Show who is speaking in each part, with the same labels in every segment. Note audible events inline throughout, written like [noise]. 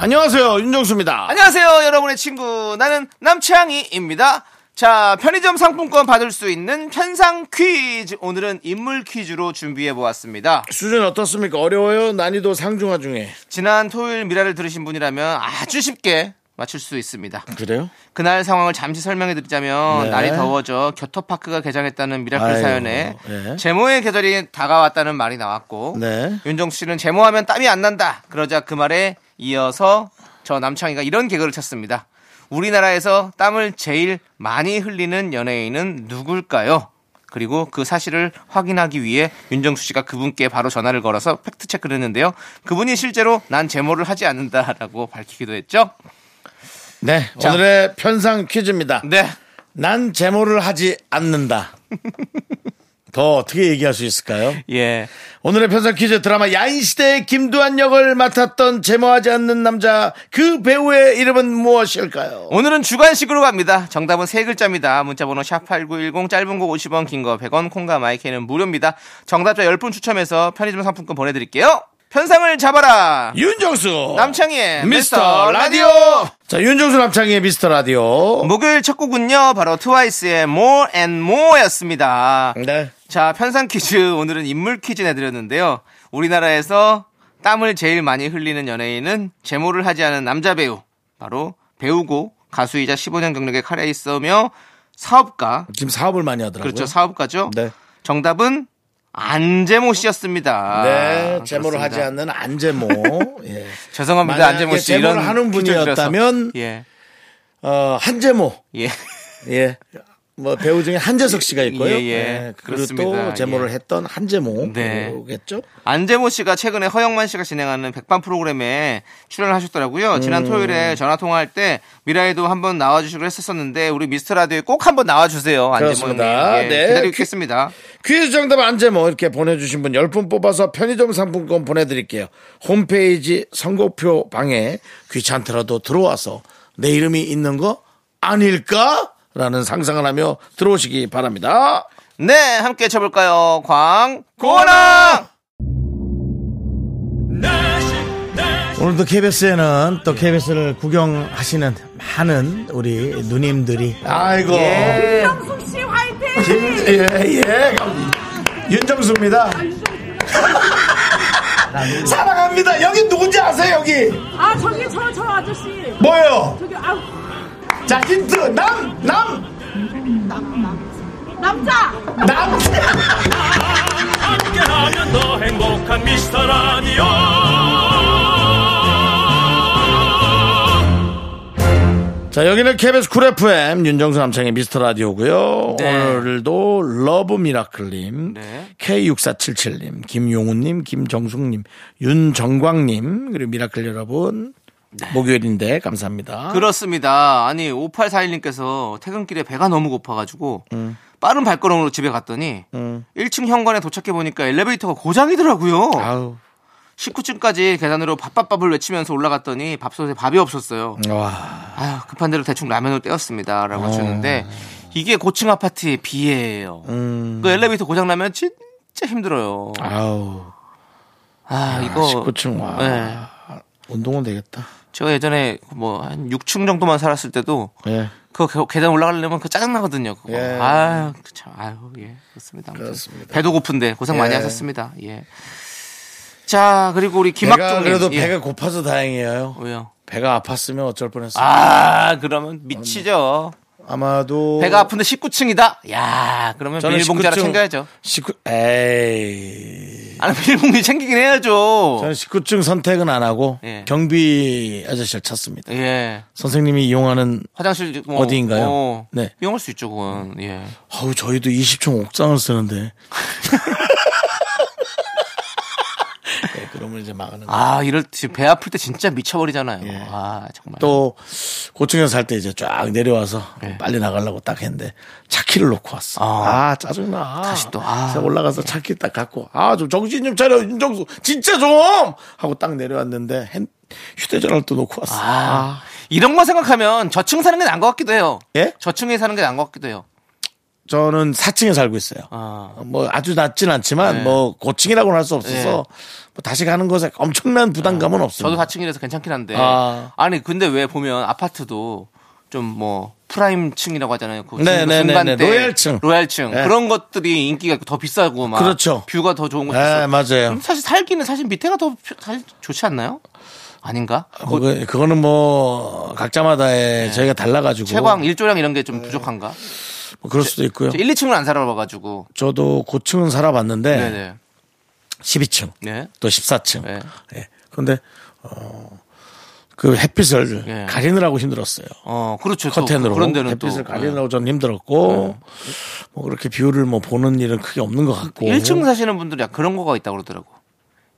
Speaker 1: 안녕하세요 윤정수입니다.
Speaker 2: 안녕하세요, 여러분의 친구. 나는 남창희입니다. 자, 편의점 상품권 받을 수 있는 편상 퀴즈. 오늘은 인물 퀴즈로 준비해 보았습니다.
Speaker 1: 수준 어떻습니까? 어려워요? 난이도 상중하 중에
Speaker 2: 지난 토요일 미라를 들으신 분이라면 아주 쉽게 맞출 수 있습니다.
Speaker 1: 그래요?
Speaker 2: 그날 상황을 잠시 설명해 드리자면
Speaker 1: 네.
Speaker 2: 날이 더워져 겨터파크가 개장했다는 미라클
Speaker 1: 아이고,
Speaker 2: 사연에
Speaker 1: 예.
Speaker 2: 제모의 계절이 다가왔다는 말이 나왔고
Speaker 1: 네.
Speaker 2: 윤정 씨는 제모하면 땀이 안 난다 그러자 그 말에 이어서 저 남창희가 이런 개그를 쳤습니다. 우리나라에서 땀을 제일 많이 흘리는 연예인은 누굴까요? 그리고 그 사실을 확인하기 위해 윤정수 씨가 그분께 바로 전화를 걸어서 팩트 체크를 했는데요. 그분이 실제로 난 제모를 하지 않는다라고 밝히기도 했죠.
Speaker 1: 네
Speaker 2: 자.
Speaker 1: 오늘의 편상 퀴즈입니다.
Speaker 2: 네,
Speaker 1: 난 제모를 하지 [laughs] 않는다. 더 어떻게 얘기할 수 있을까요?
Speaker 2: 예.
Speaker 1: 오늘의 편상 퀴즈 드라마 야인시대의 김두한 역을 맡았던 제모하지 않는 남자 그 배우의 이름은 무엇일까요?
Speaker 2: 오늘은 주관식으로 갑니다. 정답은 세 글자입니다. 문자번호 샵8910 짧은 거 50원 긴 거 100원 콩과 마이크는 무료입니다. 정답자 10분 추첨해서 편의점 상품권 보내드릴게요. 편상을 잡아라.
Speaker 1: 윤정수
Speaker 2: 남창희의
Speaker 1: 미스터 라디오 뭐? 자 윤정수 남창희의 미스터 라디오
Speaker 2: 목요일 첫 곡은요. 바로 트와이스의 More and More였습니다.
Speaker 1: 네.
Speaker 2: 자 편상 퀴즈 오늘은 인물 퀴즈 내드렸는데요. 우리나라에서 땀을 제일 많이 흘리는 연예인은 제모를 하지 않은 남자 배우 바로 배우고 가수이자 15년 경력의 카레에 있으며 사업가
Speaker 1: 지금 사업을 많이 하더라고요
Speaker 2: 그렇죠 사업가죠.
Speaker 1: 네.
Speaker 2: 정답은 안재모 씨였습니다.
Speaker 1: 네, 제모를
Speaker 2: 아, 그렇습니다.
Speaker 1: 하지 않는 안제모. [laughs] 예.
Speaker 2: 죄송합니다
Speaker 1: 만약에
Speaker 2: 안재모 씨
Speaker 1: 제모를
Speaker 2: 이런
Speaker 1: 하는
Speaker 2: 퀴즈를
Speaker 1: 분이었다면-
Speaker 2: 드려서. 예
Speaker 1: 어, 한제모.
Speaker 2: 예.
Speaker 1: 예. 뭐 배우 중에 한재석 씨가 있고요.
Speaker 2: 예, 예.
Speaker 1: 그리고 또
Speaker 2: 그렇습니다.
Speaker 1: 제모를
Speaker 2: 예.
Speaker 1: 했던
Speaker 2: 네.
Speaker 1: 한제모겠죠.
Speaker 2: 안재모 씨가 최근에 허영만 씨가 진행하는 백반 프로그램에 출연을 하셨더라고요. 지난
Speaker 1: 음.
Speaker 2: 토요일에 전화 통화할 때 미라에도 한번 나와주시기로 했었었는데 우리 미스터 라디오에 꼭 한번 나와주세요. 안재모님
Speaker 1: 그렇습니다.
Speaker 2: 예,
Speaker 1: 네.
Speaker 2: 기다리고 있겠습니다.
Speaker 1: 퀴즈 정답 안제모 이렇게 보내주신 분 10분 뽑아서 편의점 상품권 보내드릴게요. 홈페이지 선곡표 방에 귀찮더라도 들어와서 내 이름이 있는 거 아닐까? 라는 상상을 하며 들어오시기 바랍니다.
Speaker 2: 네, 함께 쳐볼까요? 광고나
Speaker 1: 오늘도 KBS에는 또 KBS를 구경하시는 많은 우리 누님들이 예. 아이고
Speaker 3: 윤정수 씨 화이팅!
Speaker 1: 예예 [laughs] 윤정수입니다 사랑합니다 여기 누군지 아세요 여기
Speaker 3: 아 저기 저 저 아저씨
Speaker 1: 뭐예요
Speaker 3: 저기 아우
Speaker 1: 자 힌트 남남
Speaker 3: 남자
Speaker 1: 남자
Speaker 4: 함께하면 더 행복한 미스터 라디오
Speaker 1: 자 여기는 KBS 쿨 FM 윤정수 남창의 미스터 라디오고요 오늘도 러브 미라클님
Speaker 2: 네.
Speaker 1: K6477님 김용훈님 김정숙님 윤정광님 그리고 미라클 여러분 목요일인데 감사합니다
Speaker 2: 네. 그렇습니다. 아니 5841님께서 퇴근길에 배가 너무 고파가지고
Speaker 1: 음.
Speaker 2: 빠른 발걸음으로 집에 갔더니 1층 현관에 도착해 보니까 엘리베이터가 고장이더라고요.
Speaker 1: 아우
Speaker 2: 19층까지 계단으로 밥밥밥을 외치면서 올라갔더니 밥솥에 밥이 없었어요.
Speaker 1: 와
Speaker 2: 아휴, 급한 대로 대충 라면을 떼었습니다. 라고
Speaker 1: 아.
Speaker 2: 하셨는데, 이게 고층 아파트의 비애예요.
Speaker 1: 음.
Speaker 2: 그 엘리베이터 고장나면 진짜 힘들어요. 아,
Speaker 1: 아우 아,
Speaker 2: 이거.
Speaker 1: 19층 와.
Speaker 2: 네.
Speaker 1: 운동은 되겠다.
Speaker 2: 제가 예전에 뭐 한 6층 정도만 살았을 때도,
Speaker 1: 예.
Speaker 2: 그 계- 계단 올라가려면 그 짜증나거든요. 그거.
Speaker 1: 예.
Speaker 2: 아유, 참, 아유, 예. 그렇습니다. 아무튼
Speaker 1: 그렇습니다.
Speaker 2: 배도 고픈데 고생 많이
Speaker 1: 예.
Speaker 2: 하셨습니다. 예. 자, 그리고 우리
Speaker 1: 내가
Speaker 2: 김학종.
Speaker 1: 그래도
Speaker 2: 예.
Speaker 1: 배가 고파서 다행이에요.
Speaker 2: 왜요?
Speaker 1: 배가 아팠으면 어쩔 뻔했어요.
Speaker 2: 아, 그러면 미치죠.
Speaker 1: 어. 아마도
Speaker 2: 배가 아픈데 19층이다? 야 그러면 비닐봉지 하나
Speaker 1: 19층
Speaker 2: 챙겨야죠.
Speaker 1: 19 에이.
Speaker 2: 아니, 비닐봉지 챙기긴 해야죠.
Speaker 1: 저는 19층 선택은 안 하고
Speaker 2: 뭐. 예.
Speaker 1: 경비 아저씨를 찾습니다.
Speaker 2: 예.
Speaker 1: 선생님이 이용하는
Speaker 2: 화장실 뭐,
Speaker 1: 어디인가요?
Speaker 2: 어,
Speaker 1: 네.
Speaker 2: 이용할 수 있죠, 그건. 예.
Speaker 1: 아우 저희도 20층 옥상을 쓰는데. [laughs] 네, 그러면 이제 망하는 거.
Speaker 2: 아, 이럴 때, 배 아플 때 진짜 미쳐버리잖아요. 아, 정말.
Speaker 1: 예. 또 고층에서 살 때 이제 쫙 내려와서
Speaker 2: 네.
Speaker 1: 빨리 나가려고 딱 했는데 차키를 놓고 왔어. 아,
Speaker 2: 아.
Speaker 1: 짜증나.
Speaker 2: 다시 또, 아.
Speaker 1: 그래서 올라가서 차키 딱 갖고 아 좀 정신 좀 차려 윤정수 진짜 좀 하고 딱 내려왔는데 핸- 휴대전화를 또 놓고 왔어.
Speaker 2: 아, 이런 거 생각하면 저층 사는 게 나은 것 같기도 해요.
Speaker 1: 예?
Speaker 2: 저층에 사는 게 나은 것 같기도 해요.
Speaker 1: 저는 4층에 살고 있어요.
Speaker 2: 아.
Speaker 1: 뭐 아주 낮진 않지만
Speaker 2: 네.
Speaker 1: 뭐 고층이라고는 할 수 없어서
Speaker 2: 네. 아,
Speaker 1: 뭐 다시 가는 것에 엄청난 부담감은 없어요.
Speaker 2: 저도 4층이라서 괜찮긴 한데.
Speaker 1: 음. 아.
Speaker 2: 아. 니 근데 왜 보면 아파트도 좀 뭐 프라임층이라고 하잖아요. 그
Speaker 1: 네, 네, 네, 네.
Speaker 2: 중간대
Speaker 1: 로얄층.
Speaker 2: 로얄층.
Speaker 1: 네.
Speaker 2: 그런 것들이 인기가 있고 더 비싸고 막
Speaker 1: 그렇죠.
Speaker 2: 뷰가 더 좋은 곳
Speaker 1: 네,
Speaker 2: 있어.
Speaker 1: 맞아요.
Speaker 2: 사실 살기는 사실 밑에가 더 피- 사실 좋지 않나요? 아닌가?
Speaker 1: 어, 그거, 그거는 뭐 각자마다의 저희가 달라가지고
Speaker 2: 채광 네. 일조량 이런
Speaker 1: 네.
Speaker 2: 게 좀 부족한가?
Speaker 1: 뭐 그럴 수도 있고요.
Speaker 2: 저 1, 2층은 안 살아봐가지고.
Speaker 1: 저도 고층은 살아봤는데
Speaker 2: 네, 네,
Speaker 1: 12층
Speaker 2: 네.
Speaker 1: 또 14층.
Speaker 2: 네.
Speaker 1: 예. 그런데 그 햇빛을
Speaker 2: 예.
Speaker 1: 가리느라고 힘들었어요.
Speaker 2: 어, 그렇죠. 또
Speaker 1: 커튼으로
Speaker 2: 그런 데는
Speaker 1: 햇빛을
Speaker 2: 또 예. 네.
Speaker 1: 가리느라고 저는 힘들었고 뭐 그렇게 뷰를 뭐 보는 일은 크게 없는 것 같고
Speaker 2: 1층 사시는 분들이 약간 그런 거가 있다고 그러더라고.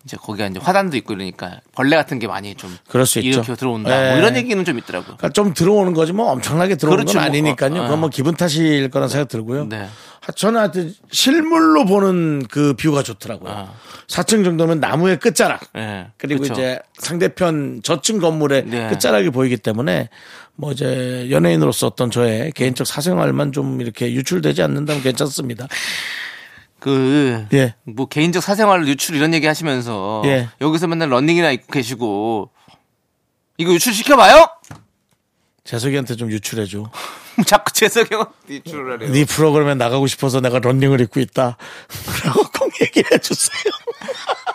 Speaker 2: 이제 거기가 이제 화단도 있고 이러니까 벌레 같은 게 많이 좀
Speaker 1: 그럴 수 있죠.
Speaker 2: 일으켜 들어온다. 뭐
Speaker 1: 예.
Speaker 2: 이런 얘기는 좀 있더라고요.
Speaker 1: 그러니까 좀 들어오는 거지 뭐 엄청나게 들어오는
Speaker 2: 그렇죠.
Speaker 1: 건 아니니까요.
Speaker 2: 어, 어.
Speaker 1: 그건 뭐 기분 탓일 거란 생각 들고요.
Speaker 2: 네.
Speaker 1: 하- 저는 하여튼 실물로 보는 그 뷰가 좋더라고요.
Speaker 2: 아.
Speaker 1: 4층 정도면 나무의 끝자락.
Speaker 2: 예.
Speaker 1: 그리고
Speaker 2: 그쵸.
Speaker 1: 이제 상대편 저층 건물의
Speaker 2: 네.
Speaker 1: 끝자락이 보이기 때문에 뭐 이제 연예인으로서 어떤 저의 개인적 사생활만 좀 이렇게 유출되지 않는다면 괜찮습니다.
Speaker 2: 그,
Speaker 1: 예.
Speaker 2: 뭐 개인적 사생활 유출 이런 얘기 하시면서
Speaker 1: 예.
Speaker 2: 여기서 맨날 러닝이나 입고 계시고 이거 유출시켜봐요? [laughs]
Speaker 1: 재석이한테 좀 유출해줘.
Speaker 2: 자꾸 재석이 형 유출을 하래요.
Speaker 1: 네 프로그램에 나가고 싶어서 내가 런닝을 입고 있다. [laughs] 라고 꼭 얘기해 주세요.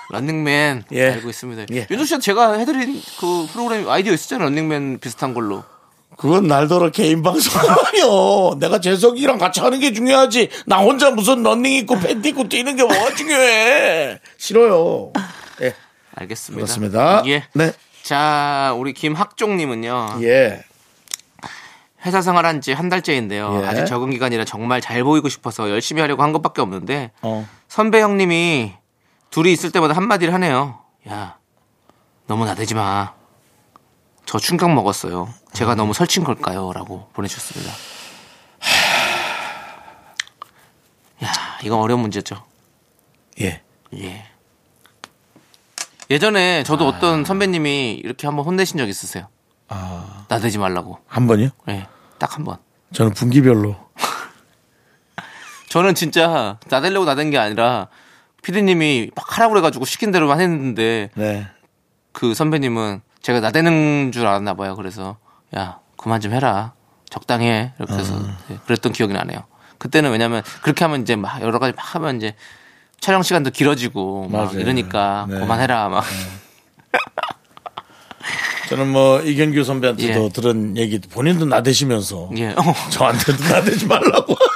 Speaker 2: 런닝맨
Speaker 1: 예.
Speaker 2: 알고 있습니다.
Speaker 1: 예.
Speaker 2: 윤종 씨한테 제가 해드린 그 프로그램 아이디어 있었잖아요. 런닝맨 비슷한 걸로.
Speaker 1: 그건 날더러 개인 방송 아니요. 내가 재석이랑 같이 하는 게 중요하지. 나 혼자 무슨 런닝 입고 팬티 입고 뛰는 게 뭐가 중요해. 싫어요. 예.
Speaker 2: 알겠습니다.
Speaker 1: 그렇습니다.
Speaker 2: 예. 아.
Speaker 1: 네.
Speaker 2: 자, 우리 김학종님은요.
Speaker 1: 예.
Speaker 2: 회사 생활한 지 한 달째인데요.
Speaker 1: 예.
Speaker 2: 아직 적응 기간이라 정말 잘 보이고 싶어서 열심히 하려고 한 것밖에 없는데
Speaker 1: 어.
Speaker 2: 선배 형님이 둘이 있을 때마다 한마디를 하네요. 야, 너무 나대지 마. 저 충격 먹었어요. 제가 너무 설친 걸까요? 라고 보내주셨습니다. 야, 이거 어려운 문제죠.
Speaker 1: 예.
Speaker 2: 예. 예전에 저도 어떤 선배님이 이렇게 한번 혼내신 적 있으세요. 나대지 말라고.
Speaker 1: 한 번이요?
Speaker 2: 예. 딱 한 번.
Speaker 1: 저는 분기별로.
Speaker 2: 저는 진짜 나대려고 나댄 게 아니라 피디님이 막 하라고 그래가지고 시킨 대로만 했는데
Speaker 1: 네.
Speaker 2: 그 선배님은 제가 나대는 줄 알았나 봐요. 그래서 야 그만 좀 해라 적당히 해 이렇게 해서
Speaker 1: 음.
Speaker 2: 예, 그랬던 기억이 나네요. 그때는 왜냐면 그렇게 하면 이제 막 여러 가지 막 하면 이제 촬영 시간도 길어지고 막
Speaker 1: 맞아요.
Speaker 2: 이러니까
Speaker 1: 네.
Speaker 2: 그만해라 막
Speaker 1: 저는 뭐 이경규 선배한테도
Speaker 2: 예.
Speaker 1: 들은 얘기 본인도 나대시면서
Speaker 2: 예.
Speaker 1: 저한테도 나대지 말라고. [laughs]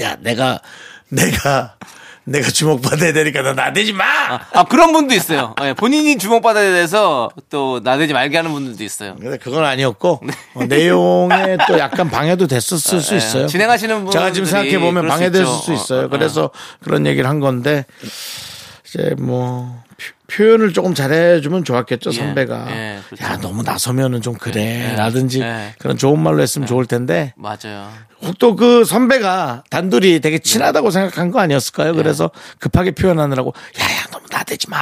Speaker 1: 야, 내가 내가 내가 주목받아야 되니까 나 나대지 마.
Speaker 2: 아 그런 분도 있어요. 예, 본인이 주목받아야 돼서 또 나대지 말게 하는 분들도 있어요.
Speaker 1: 근데 그건
Speaker 2: [laughs]
Speaker 1: 아니었고 어, 내용에 또 약간 방해도 됐었을 수
Speaker 2: 네. 예.
Speaker 1: 있어요.
Speaker 2: 진행하시는 분들이
Speaker 1: 제가 지금 생각해 보면
Speaker 2: 그럴 수
Speaker 1: 방해됐을
Speaker 2: 있죠.
Speaker 1: 수 있어요.
Speaker 2: 어,
Speaker 1: 그래서 그런 얘기를 한 건데 이제 뭐 표- 표현을 조금 잘해주면 좋았겠죠
Speaker 2: 예.
Speaker 1: 선배가.
Speaker 2: 예, 그렇죠.
Speaker 1: 야 너무 나서면은 좀 그래라든지
Speaker 2: 예.
Speaker 1: 그런 좋은 말로 했으면 좋을 텐데
Speaker 2: 맞아요.
Speaker 1: 또 그 선배가 단둘이
Speaker 2: 네.
Speaker 1: 되게 친하다고 생각한 거 아니었을까요? 그래서 급하게 표현하느라고 야야 너무 나대지 마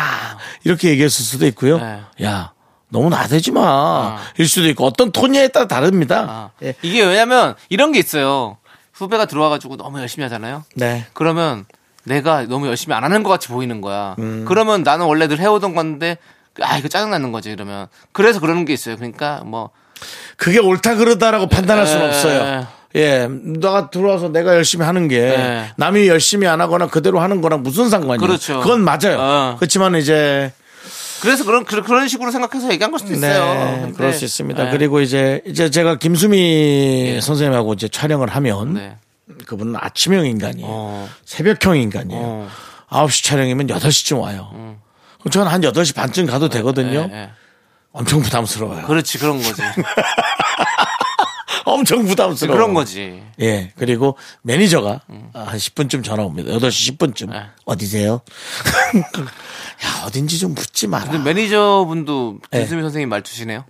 Speaker 1: 이렇게 얘기했을 수도 있고요.
Speaker 2: 네.
Speaker 1: 야 너무 나대지 마 일 수도 있고 어떤 톤이에 따라
Speaker 2: 아,
Speaker 1: 다릅니다. 예.
Speaker 2: 이게 왜냐면 이런 게 있어요. 후배가 들어와가지고 너무 열심히 하잖아요.
Speaker 1: 네.
Speaker 2: 그러면 내가 너무 열심히 안 하는 것 같이 보이는 거야.
Speaker 1: 음.
Speaker 2: 그러면 나는 원래 늘 해오던 건데 아 이거 짜증 나는 거지 이러면 그래서 그러는 게 있어요. 그러니까 뭐
Speaker 1: 그게 옳다 그르다라고 판단할 수는
Speaker 2: 에.
Speaker 1: 없어요. 예, 너가 들어와서 내가 열심히 하는 게
Speaker 2: 네.
Speaker 1: 남이 열심히 안 하거나 그대로 하는 거랑 무슨 상관이에요?
Speaker 2: 그렇죠.
Speaker 1: 그건 맞아요.
Speaker 2: 어.
Speaker 1: 그렇지만 이제
Speaker 2: 그래서 그런 그런- 그런 식으로 생각해서 얘기한 걸 수도 있어요. 근데-
Speaker 1: 네, 그럴 수 있습니다.
Speaker 2: 네.
Speaker 1: 그리고 이제 이제 제가 김수미 선생님하고 이제 촬영을 하면
Speaker 2: 네.
Speaker 1: 그분은 아침형 인간이에요.
Speaker 2: 어.
Speaker 1: 새벽형 인간이에요.
Speaker 2: 어. 음.
Speaker 1: 아 9시 촬영이면 8시쯤 와요. 그럼 저는 한 8시 반쯤 가도
Speaker 2: 네,
Speaker 1: 되거든요.
Speaker 2: 예, 예.
Speaker 1: 엄청 부담스러워요.
Speaker 2: 그렇지 그런 거지.
Speaker 1: [laughs] 엄청 부담스러워.
Speaker 2: 그런 거지.
Speaker 1: 예. 그리고 매니저가 아, 한 10분쯤 전화 옵니다. 8시 10분쯤.
Speaker 2: 네.
Speaker 1: 어디세요? [laughs] 야, 어딘지 좀 묻지 마라.
Speaker 2: 근데 매니저분도
Speaker 1: 예.
Speaker 2: 김수미 선생님 말투시네요.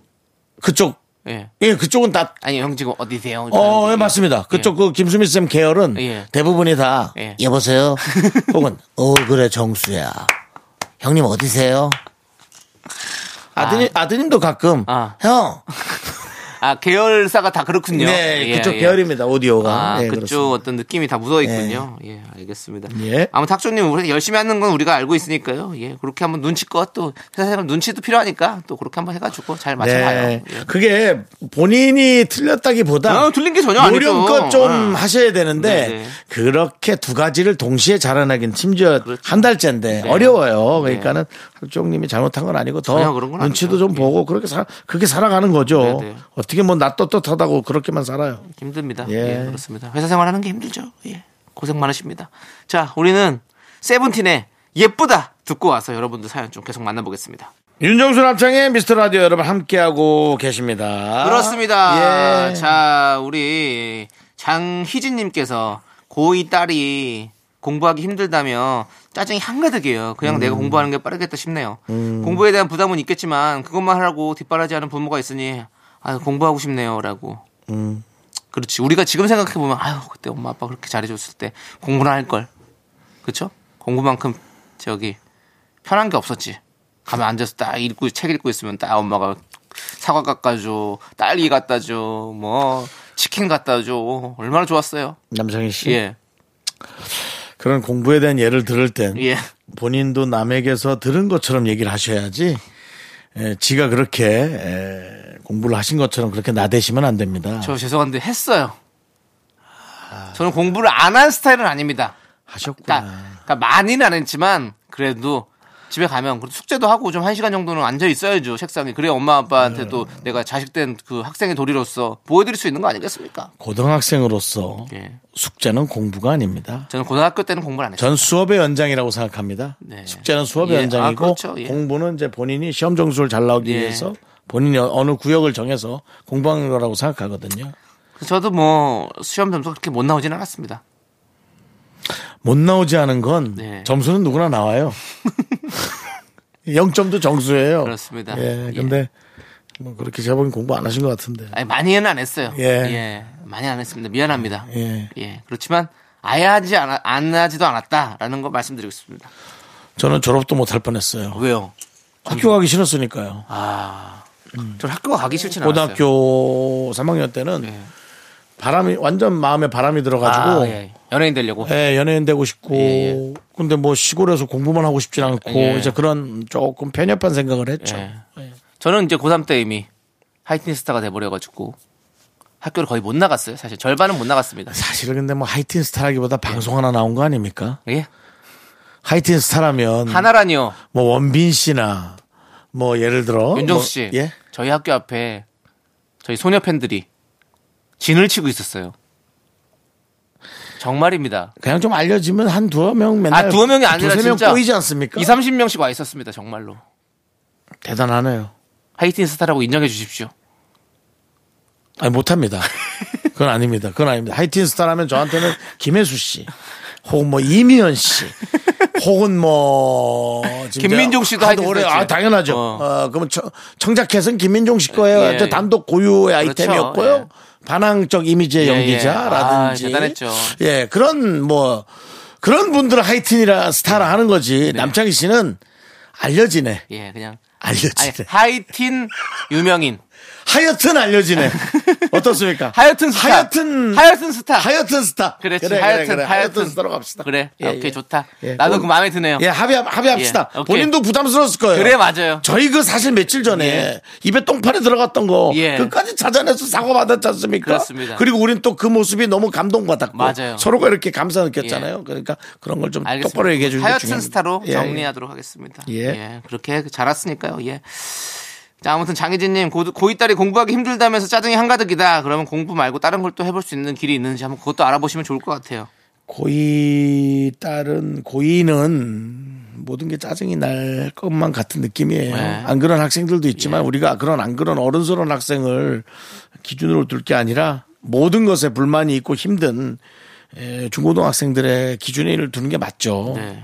Speaker 1: 그쪽,
Speaker 2: 예.
Speaker 1: 예, 그쪽은 다,
Speaker 2: 아니 형 지금 어디세요?
Speaker 1: 어, 예, 맞습니다. 그쪽 그 김수미 쌤 계열은
Speaker 2: 예.
Speaker 1: 대부분이 다,
Speaker 2: 예. [laughs]
Speaker 1: 여보세요? 혹은, 어, 그래, 정수야. 형님 어디세요? 아드님, 아. 드님도 가끔,
Speaker 2: 아.
Speaker 1: 형.
Speaker 2: 아 계열사가 다 그렇군요.
Speaker 1: 네,
Speaker 2: 예,
Speaker 1: 그쪽
Speaker 2: 예.
Speaker 1: 계열입니다, 오디오가.
Speaker 2: 아,
Speaker 1: 예,
Speaker 2: 그쪽
Speaker 1: 그렇습니다. 네.
Speaker 2: 어떤 느낌이 다 묻어 있군요. 예. 알겠습니다.
Speaker 1: 예.
Speaker 2: 아무튼 학조님 우리 열심히 하는 건 우리가 알고 있으니까요. 예, 그렇게 한번 눈치껏 또 회사 생활 눈치도 필요하니까 또 그렇게 한번 해가지고 잘 맞춰봐요.
Speaker 1: 네.
Speaker 2: 예.
Speaker 1: 그게 본인이 틀렸다기보다
Speaker 2: 아, 틀린 게 전혀 아니죠.
Speaker 1: 요령껏 좀
Speaker 2: 아.
Speaker 1: 하셔야 되는데
Speaker 2: 네네.
Speaker 1: 그렇게 두 가지를 동시에 자라나긴 심지어
Speaker 2: 그렇죠.
Speaker 1: 한 달째인데 어려워요. 그러니까는 학종님이 잘못한 건 아니고 더
Speaker 2: 네. 전혀 그런 건
Speaker 1: 눈치도
Speaker 2: 아니죠. 예.
Speaker 1: 좀 보고 그렇게 살 그렇게 살아가는 거죠.
Speaker 2: 네네.
Speaker 1: 어떻게 뭐 나 떳떳하다고 그렇게만 살아요.
Speaker 2: 힘듭니다.
Speaker 1: 예.
Speaker 2: 예. 그렇습니다. 회사 생활하는 게 힘들죠. 예. 고생 많으십니다. 자, 우리는 세븐틴의 예쁘다 듣고 와서 여러분들 사연 좀 계속 만나보겠습니다.
Speaker 1: 윤정수 남창의 미스터 라디오 여러분 함께하고 계십니다.
Speaker 2: 그렇습니다.
Speaker 1: 예.
Speaker 2: 자, 우리 장희진님께서 고2 딸이 공부하기 힘들다며 짜증이 한가득이에요. 그냥 내가 공부하는 게 빠르겠다 싶네요. 공부에 대한 부담은 있겠지만 그것만 하라고 뒷바라지하는 부모가 있으니 아 공부하고 싶네요라고. 그렇지. 우리가 지금 생각해 보면 아유 그때 엄마 아빠 그렇게 잘해줬을 때 공부나 할 걸. 그렇죠? 공부만큼 저기 편한 게 없었지. 가만 앉아서 딱 읽고 책 읽고 있으면 딱 엄마가 사과 깎아줘, 딸기 갖다 줘, 뭐 치킨 갖다 줘. 얼마나 좋았어요.
Speaker 1: 남창희 씨
Speaker 2: 예,
Speaker 1: 그런 공부에 대한 예를 들을 땐
Speaker 2: 예.
Speaker 1: 본인도 남에게서 들은 것처럼 얘기를 하셔야지. 에, 지가 그렇게 에, 공부를 하신 것처럼 그렇게 나대시면 안 됩니다.
Speaker 2: 저 죄송한데 했어요. 저는 공부를 안 한 스타일은 아닙니다.
Speaker 1: 하셨구나.
Speaker 2: 그러니까, 그러니까 많이는 안 했지만 그래도 집에 가면 그래도 숙제도 하고 좀 한 시간 정도는 앉아 있어야죠 책상에 그래 엄마 아빠한테도 내가 자식된 그 학생의 도리로서 보여드릴 수 있는 거 아니겠습니까?
Speaker 1: 고등학생으로서
Speaker 2: 예.
Speaker 1: 숙제는 공부가 아닙니다.
Speaker 2: 저는 고등학교 때는 공부를 안 했어요.
Speaker 1: 전 수업의 연장이라고 생각합니다.
Speaker 2: 네.
Speaker 1: 숙제는 수업의
Speaker 2: 예,
Speaker 1: 연장이고
Speaker 2: 아, 그렇죠. 예.
Speaker 1: 공부는 이제 본인이 시험 점수를 잘 나오기
Speaker 2: 예.
Speaker 1: 위해서 본인이 어느 구역을 정해서 공부하는 거라고 생각하거든요.
Speaker 2: 저도 뭐 시험 점수 그렇게 못 나오진 않았습니다.
Speaker 1: 못 나오지 않은 건
Speaker 2: 네.
Speaker 1: 점수는 누구나 나와요. [laughs] 0점도 정수예요.
Speaker 2: 그렇습니다.
Speaker 1: 예,
Speaker 2: 예.
Speaker 1: 근데 뭐 그렇게 제가 보기엔 공부 안 하신 것 같은데.
Speaker 2: 아니 많이는 안 했어요.
Speaker 1: 예.
Speaker 2: 예. 많이 안 했습니다. 미안합니다.
Speaker 1: 예.
Speaker 2: 예. 그렇지만 아예 하지 않아, 안 하지도 않았다라는 거 말씀드리고 싶습니다.
Speaker 1: 저는 졸업도 못 할 뻔했어요.
Speaker 2: 왜요?
Speaker 1: 학교 가기 싫었으니까요.
Speaker 2: 아, 저는 학교 가기 싫진 않았어요.
Speaker 1: 고등학교 3학년 때는
Speaker 2: 예.
Speaker 1: 바람이 완전 마음에 바람이 들어가지고
Speaker 2: 아, 예. 연예인 되려고.
Speaker 1: 예, 연예인 되고 싶고
Speaker 2: 예,
Speaker 1: 근데 뭐 시골에서 공부만 하고 싶진 않고
Speaker 2: 예.
Speaker 1: 이제 그런 조금 편협한 생각을 했죠.
Speaker 2: 예. 저는 이제 고3 때 이미 하이틴 스타가 돼버려가지고 학교를 거의 못 나갔어요. 사실 절반은 못 나갔습니다.
Speaker 1: 사실은 근데 뭐 하이틴 스타라기보다 방송 하나 나온 거 아닙니까?
Speaker 2: 예.
Speaker 1: 하이틴 스타라면
Speaker 2: 하나라니요.
Speaker 1: 뭐 원빈 씨나 뭐 예를 들어
Speaker 2: 윤정수
Speaker 1: 뭐-
Speaker 2: 씨.
Speaker 1: 예?
Speaker 2: 저희 학교 앞에 저희 소녀 팬들이 진을 치고 있었어요. 정말입니다.
Speaker 1: 그냥 좀 알려지면 한 두어 명 맨날
Speaker 2: 아, 두어 명이 아니라
Speaker 1: 두세 명
Speaker 2: 진짜
Speaker 1: 꼬이지 않습니까?
Speaker 2: 2, 30명씩 와 있었습니다. 정말로.
Speaker 1: 대단하네요.
Speaker 2: 하이틴 스타라고 인정해 주십시오.
Speaker 1: 아니 못합니다. 그건 아닙니다. 그건 아닙니다. 하이틴 스타라면 저한테는 김혜수 씨, 혹은 뭐 이미연 씨, 혹은 뭐 지금 제가
Speaker 2: 김민종 씨도
Speaker 1: 하도
Speaker 2: 하이틴
Speaker 1: 오래-
Speaker 2: 스타였지.
Speaker 1: 아 당연하죠. 어.
Speaker 2: 어.
Speaker 1: 그러면 청, 청자켓은 김민종 씨 거예요.
Speaker 2: 예,
Speaker 1: 이제
Speaker 2: 예.
Speaker 1: 단독 고유의
Speaker 2: 그렇죠.
Speaker 1: 아이템이었고요. 반항적 이미지의
Speaker 2: 예, 예.
Speaker 1: 연기자라든지
Speaker 2: 아, 대단했죠.
Speaker 1: 예 그런 뭐 그런 분들은 하이틴이라
Speaker 2: 네.
Speaker 1: 스타라 하는 거지. 남창희 씨는 알려지네.
Speaker 2: 예, 그냥 아니,
Speaker 1: 알려지네.
Speaker 2: 하이틴 유명인.
Speaker 1: 하여튼
Speaker 2: [laughs]
Speaker 1: 알려지네. 어떻습니까?
Speaker 2: 하여튼 스타.
Speaker 1: 하여튼
Speaker 2: 하여튼 스타.
Speaker 1: 하여튼 스타.
Speaker 2: 그렇지. 하여튼, 하여튼.
Speaker 1: 스타로 갑시다.
Speaker 2: 그래.
Speaker 1: 예,
Speaker 2: 오케이
Speaker 1: 예.
Speaker 2: 좋다.
Speaker 1: 예,
Speaker 2: 나도
Speaker 1: 꼭-
Speaker 2: 그 마음에 드네요.
Speaker 1: 예, 합의 합의합시다.
Speaker 2: 예, 오케이.
Speaker 1: 본인도 부담스러웠을 거예요.
Speaker 2: 그래 맞아요.
Speaker 1: 저희 그 사실 며칠 전에
Speaker 2: 예.
Speaker 1: 입에 똥파에 들어갔던 거
Speaker 2: 예.
Speaker 1: 그까지 찾아내서 사과 받았지 않습니까?
Speaker 2: 그렇습니다.
Speaker 1: 리고 우린 또 그 모습이 너무 감동받았고
Speaker 2: 맞아요. 예.
Speaker 1: 서로가 이렇게 감사 느꼈잖아요. 그러니까 그런 걸 좀
Speaker 2: 알겠습니다.
Speaker 1: 똑바로 얘기해 주는 게
Speaker 2: 하여튼
Speaker 1: 중요합니다.
Speaker 2: 스타로
Speaker 1: 예, 예.
Speaker 2: 정리하도록 하겠습니다.
Speaker 1: 예.
Speaker 2: 예. 그렇게 자랐으니까요. 예. 자, 아무튼 장희진님, 고, 고2 딸이 공부하기 힘들다면서 짜증이 한가득이다. 그러면 공부 말고 다른 걸 또 해볼 수 있는 길이 있는지 한번 그것도 알아보시면 좋을 것 같아요.
Speaker 1: 고이 딸은 고이는 모든 게 짜증이 날 것만 같은 느낌이에요.
Speaker 2: 네. 예.
Speaker 1: 안 그런 학생들도 있지만 우리가 그런 안 그런 어른스러운 학생을 기준으로 둘 게 아니라 모든 것에 불만이 있고 힘든 에, 중고등학생들의 기준을 두는 게 맞죠.
Speaker 2: 네.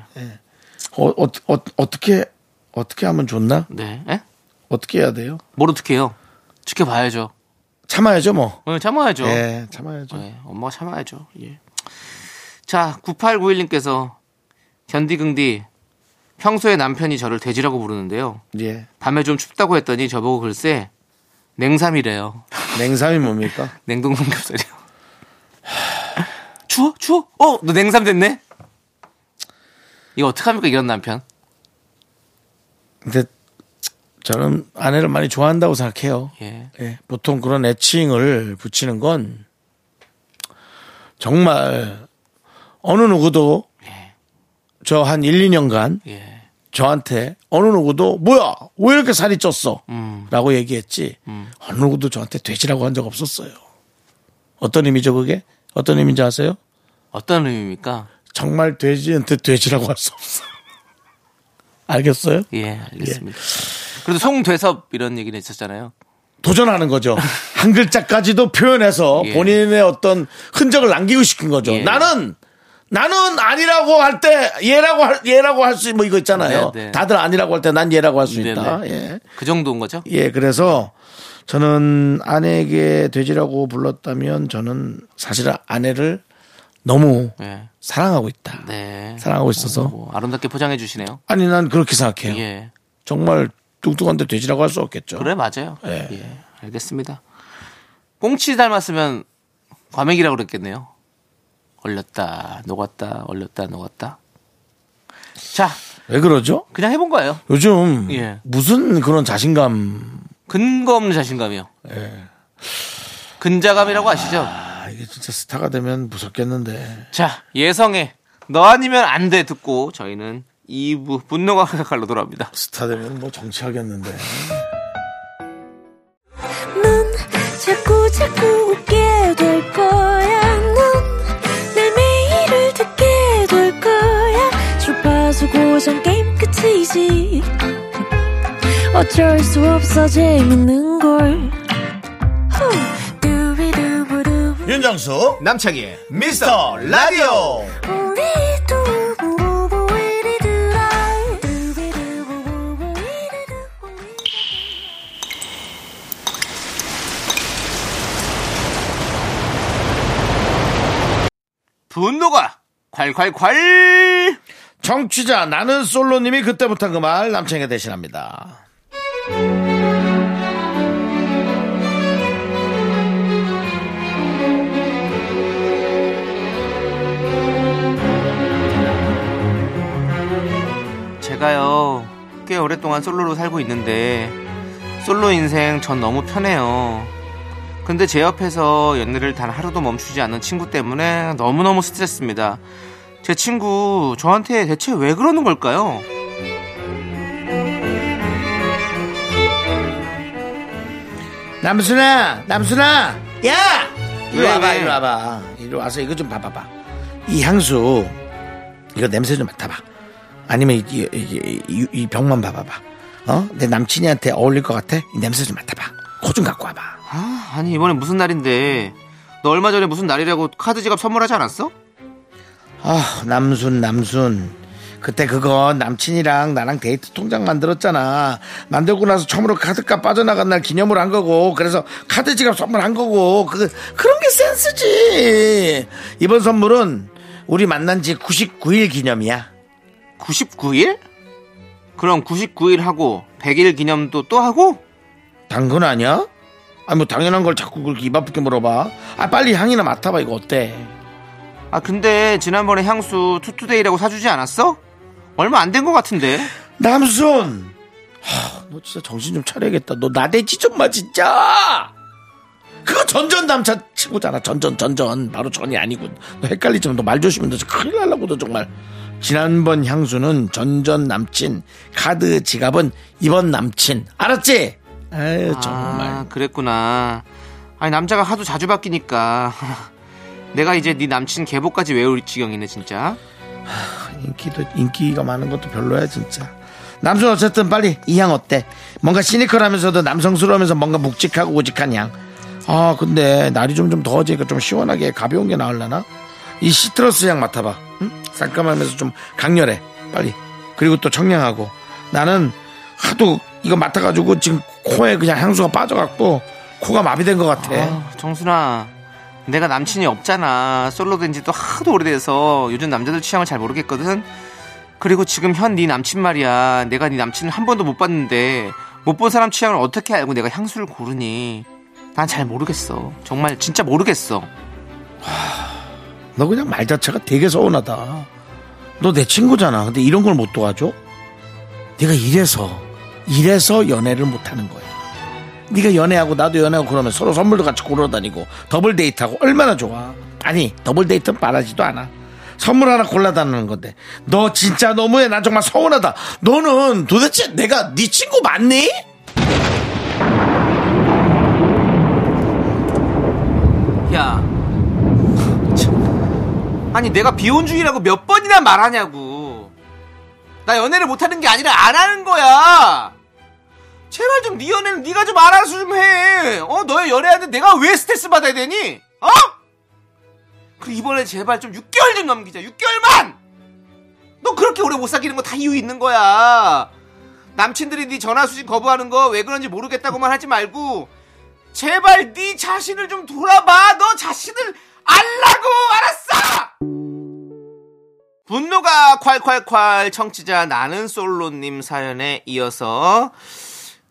Speaker 1: 어, 어, 어, 어떻게 어떻게 하면 좋나?
Speaker 2: 네. 에?
Speaker 1: 어떻게 해야 돼요?
Speaker 2: 뭘 어떻게 해요? 지켜봐야죠.
Speaker 1: 참아야죠, 뭐.
Speaker 2: 어, 참아야죠.
Speaker 1: 예, 참아야죠.
Speaker 2: 네, 엄마가 참아야죠. 예. 자, 9891님께서 견디긍디 평소에 남편이 저를 돼지라고 부르는데요.
Speaker 1: 예.
Speaker 2: 밤에 좀 춥다고 했더니 저보고 글쎄 냉삼이래요.
Speaker 1: 냉삼이 뭡니까?
Speaker 2: 냉동 삼겹살이요. 추워? 추워? 어, 너 냉삼 됐네? 이거 어떡합니까, 이런 남편?
Speaker 1: 근데 저는 아내를 많이 좋아한다고 생각해요.
Speaker 2: 예.
Speaker 1: 예, 보통 그런 애칭을 붙이는 건 정말 어느 누구도
Speaker 2: 예.
Speaker 1: 저 한 1, 2년간
Speaker 2: 예.
Speaker 1: 저한테 어느 누구도 뭐야 왜 이렇게 살이 쪘어
Speaker 2: 음.
Speaker 1: 라고 얘기했지 어느 누구도 저한테 돼지라고 한 적 없었어요 어떤 의미죠 그게 어떤 의미인지 아세요?
Speaker 2: 어떤 의미입니까?
Speaker 1: 정말 돼지한테 돼지라고 할 수 없어 [laughs] 알겠어요?
Speaker 2: 예, 알겠습니다. 그래도 송돼섭 이런 얘기는 있었잖아요.
Speaker 1: 도전하는
Speaker 2: [laughs]
Speaker 1: 거죠. 한 글자까지도 표현해서
Speaker 2: 예.
Speaker 1: 본인의 어떤 흔적을 남기고 싶은 거죠.
Speaker 2: 예.
Speaker 1: 나는 나는 아니라고 할 때 얘라고 할 얘라고 할 수 뭐 이거 있잖아요.
Speaker 2: 네, 네.
Speaker 1: 다들 아니라고 할 때 난 얘라고 할 수
Speaker 2: 네,
Speaker 1: 있다.
Speaker 2: 네.
Speaker 1: 예.
Speaker 2: 그 정도인 거죠?
Speaker 1: 예, 그래서 저는 아내에게 돼지라고 불렀다면 저는 사실 아내를 너무
Speaker 2: 예.
Speaker 1: 사랑하고 있다.
Speaker 2: 네.
Speaker 1: 사랑하고 있어서
Speaker 2: 뭐, 아름답게 포장해 주시네요.
Speaker 1: 아니 난 그렇게 생각해요.
Speaker 2: 예.
Speaker 1: 정말 뚱뚱한데 돼지라고 할 수 없겠죠.
Speaker 2: 그래 맞아요.
Speaker 1: 예.
Speaker 2: 예. 알겠습니다. 꽁치 닮았으면 과메기라고 그랬겠네요. 얼렸다 녹았다 얼렸다 녹았다. 자
Speaker 1: 왜 그러죠?
Speaker 2: 그냥 해본 거예요.
Speaker 1: 요즘
Speaker 2: 예.
Speaker 1: 무슨 그런 자신감
Speaker 2: 근거 없는 자신감이요. 근자감이라고 아시죠?
Speaker 1: 아, 이게 진짜 스타가 되면 무섭겠는데.
Speaker 2: 자 예성의 너 아니면 안 돼 듣고 저희는 2부 분노가 [laughs] 칼칼로 돌아옵니다.
Speaker 1: 스타 되면 뭐 정치하겠는데.
Speaker 5: 넌 자꾸 자꾸 웃게 될 거야. 넌내 매일을 듣게 될 거야. 주파수 고정 게임 끝이지. 어쩔 수 없어 재밌는 걸. 후. 두비두부두부.
Speaker 1: 윤정수,
Speaker 2: 남창희의
Speaker 1: 미스터 라디오!
Speaker 5: 우리 두부부부 우리들아. 두비두부부부 우리들아.
Speaker 2: 분노가 콸콸콸
Speaker 1: 정취자 나는 솔로님이 그때 못한 그 말 남창희가 대신합니다.
Speaker 2: 제가요 꽤 오랫동안 솔로로 살고 있는데 솔로 인생 전 너무 편해요 근데 제 옆에서 연애를 단 하루도 멈추지 않는 친구 때문에 너무너무 스트레스입니다 제 친구 저한테 대체 왜 그러는 걸까요?
Speaker 1: 남순아, 남순아, 야! 이리
Speaker 2: 왜,
Speaker 1: 와봐,
Speaker 2: 왜?
Speaker 1: 이리 와봐. 이리 와서 이거 좀 봐봐봐. 이 향수, 이거 냄새 좀 맡아봐. 아니면 이, 이, 이, 이- 이 병만 봐봐봐. 어? 내 남친이한테 어울릴 것 같아? 이 냄새 좀 맡아봐. 코 좀 갖고 와봐.
Speaker 2: 아, 아니 이번에 무슨 날인데 너 얼마 전에 무슨 날이라고 카드 지갑 선물하지 않았어?
Speaker 1: 아 남순 남순 그때 그거 남친이랑 나랑 데이트 통장 만들었잖아 만들고 나서 처음으로 카드값 빠져나간 날 기념으로 한 거고 그래서 카드 지갑 선물한 거고 그 그런 게 센스지 이번 선물은 우리 만난 지 99일 기념이야
Speaker 2: 99일? 그럼 99일 하고 100일 기념도 또 하고?
Speaker 1: 당근 아니야? 아니 뭐 당연한 걸 자꾸 그렇게 입 아프게 물어봐 아 빨리 향이나 맡아봐 이거 어때
Speaker 2: 아 근데 지난번에 향수 투투데이라고 사주지 않았어? 얼마 안 된 것 같은데
Speaker 1: 남순 하, 너 진짜 정신 좀 차려야겠다 너 나대지 좀 마 진짜 그거 전전남차 친구잖아 전전전전 바로 전이 아니고 너 헷갈리지만 너 말 조심해 너 진짜 큰일 날라고 너 정말 지난번 향수는 전전 남친 카드 지갑은 이번 남친 알았지? 아유 정말
Speaker 2: 아 그랬구나 아니 남자가 하도 자주 [laughs] 바뀌니까 내가 이제 네 남친 계보까지 외울 지경이네 진짜
Speaker 1: 인기도 인기가 많은 것도 별로야 진짜. 남순 어쨌든 빨리 이 향 어때? 뭔가 시니컬하면서도 남성스러우면서 뭔가 묵직하고 우직한 향. 아 근데 날이 좀 좀 더워지니까 좀 시원하게 가벼운 게 나을라나? 이 시트러스 향 맡아봐. 응? 상큼하면서 좀 강렬해. 빨리. 그리고 또 청량하고. 나는 하도 이거 맡아가지고 지금 코에 그냥 향수가 빠져갖고 코가 마비된 것 같아.
Speaker 2: 아, 정순아, 내가 남친이 없잖아. 솔로 된 지도 하도 오래돼서 요즘 남자들 취향을 잘 모르겠거든. 그리고 지금 현 네 남친 말이야. 내가 네 남친을 한 번도 못 봤는데 못 본 사람 취향을 어떻게 알고 내가 향수를 고르니? 난 잘 모르겠어. 정말 진짜 모르겠어.
Speaker 1: 너 그냥 말 자체가 되게 서운하다. 너 내 친구잖아. 근데 이런 걸 못 도와줘? 네가 이래서 이래서 연애를 못 하는 거야. 네가 연애하고 나도 연애하고 그러면 서로 선물도 같이 고르러 다니고 더블 데이트하고 얼마나 좋아. 아니 더블 데이트는 바라지도 않아. 선물 하나 골라다니는 건데 너 진짜 너무해. 난 정말 서운하다. 너는 도대체 내가 네 친구 맞니?
Speaker 2: 야. 참. 아니 내가 비혼 중이라고 몇 번이나 말하냐고. 나 연애를 못 하는 게 아니라 안 하는 거야. 제발 좀 네 연애는 네가 좀 알아서 좀 해. 어, 너의 연애하는데 내가 왜 스트레스 받아야 되니? 어? 그리고 이번에 제발 좀 6개월 좀 넘기자. 6개월만. 너 그렇게 오래 못 사귀는 거 다 이유 있는 거야. 남친들이 네 전화 수신 거부하는 거 왜 그런지 모르겠다고만 하지 말고 제발 네 자신을 좀 돌아봐. 너 자신을 알라고 알았어. 분노가 콸콸콸 청취자 나는 솔로님 사연에 이어서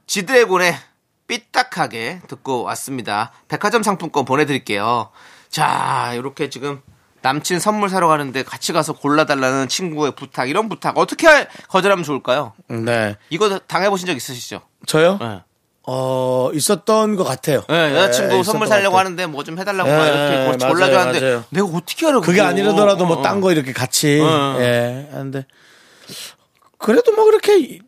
Speaker 2: 지드래곤의 삐딱하게 듣고 왔습니다. 백화점 상품권 보내드릴게요. 자, 이렇게 지금 남친 선물 사러 가는데 같이 가서 골라달라는 친구의 부탁, 이런 부탁 어떻게 거절하면 좋을까요?
Speaker 1: 네.
Speaker 2: 이거 당해보신 적 있으시죠?
Speaker 1: 저요?
Speaker 2: 네.
Speaker 1: 어 있었던 것 같아요.
Speaker 2: 네, 여자친구
Speaker 1: 예,
Speaker 2: 선물
Speaker 1: 있었던
Speaker 2: 사려고
Speaker 1: 것 같아요.
Speaker 2: 하는데 뭐 좀 해달라고
Speaker 1: 예,
Speaker 2: 막
Speaker 1: 예,
Speaker 2: 이렇게
Speaker 1: 맞아요,
Speaker 2: 골라줘 하는데
Speaker 1: 맞아요.
Speaker 2: 내가 어떻게 알아?
Speaker 1: 그게
Speaker 2: 그거.
Speaker 1: 아니라더라도 뭐 딴
Speaker 2: 어.
Speaker 1: 거 이렇게 같이
Speaker 2: 어.
Speaker 1: 예 하는데 그래도 뭐 그렇게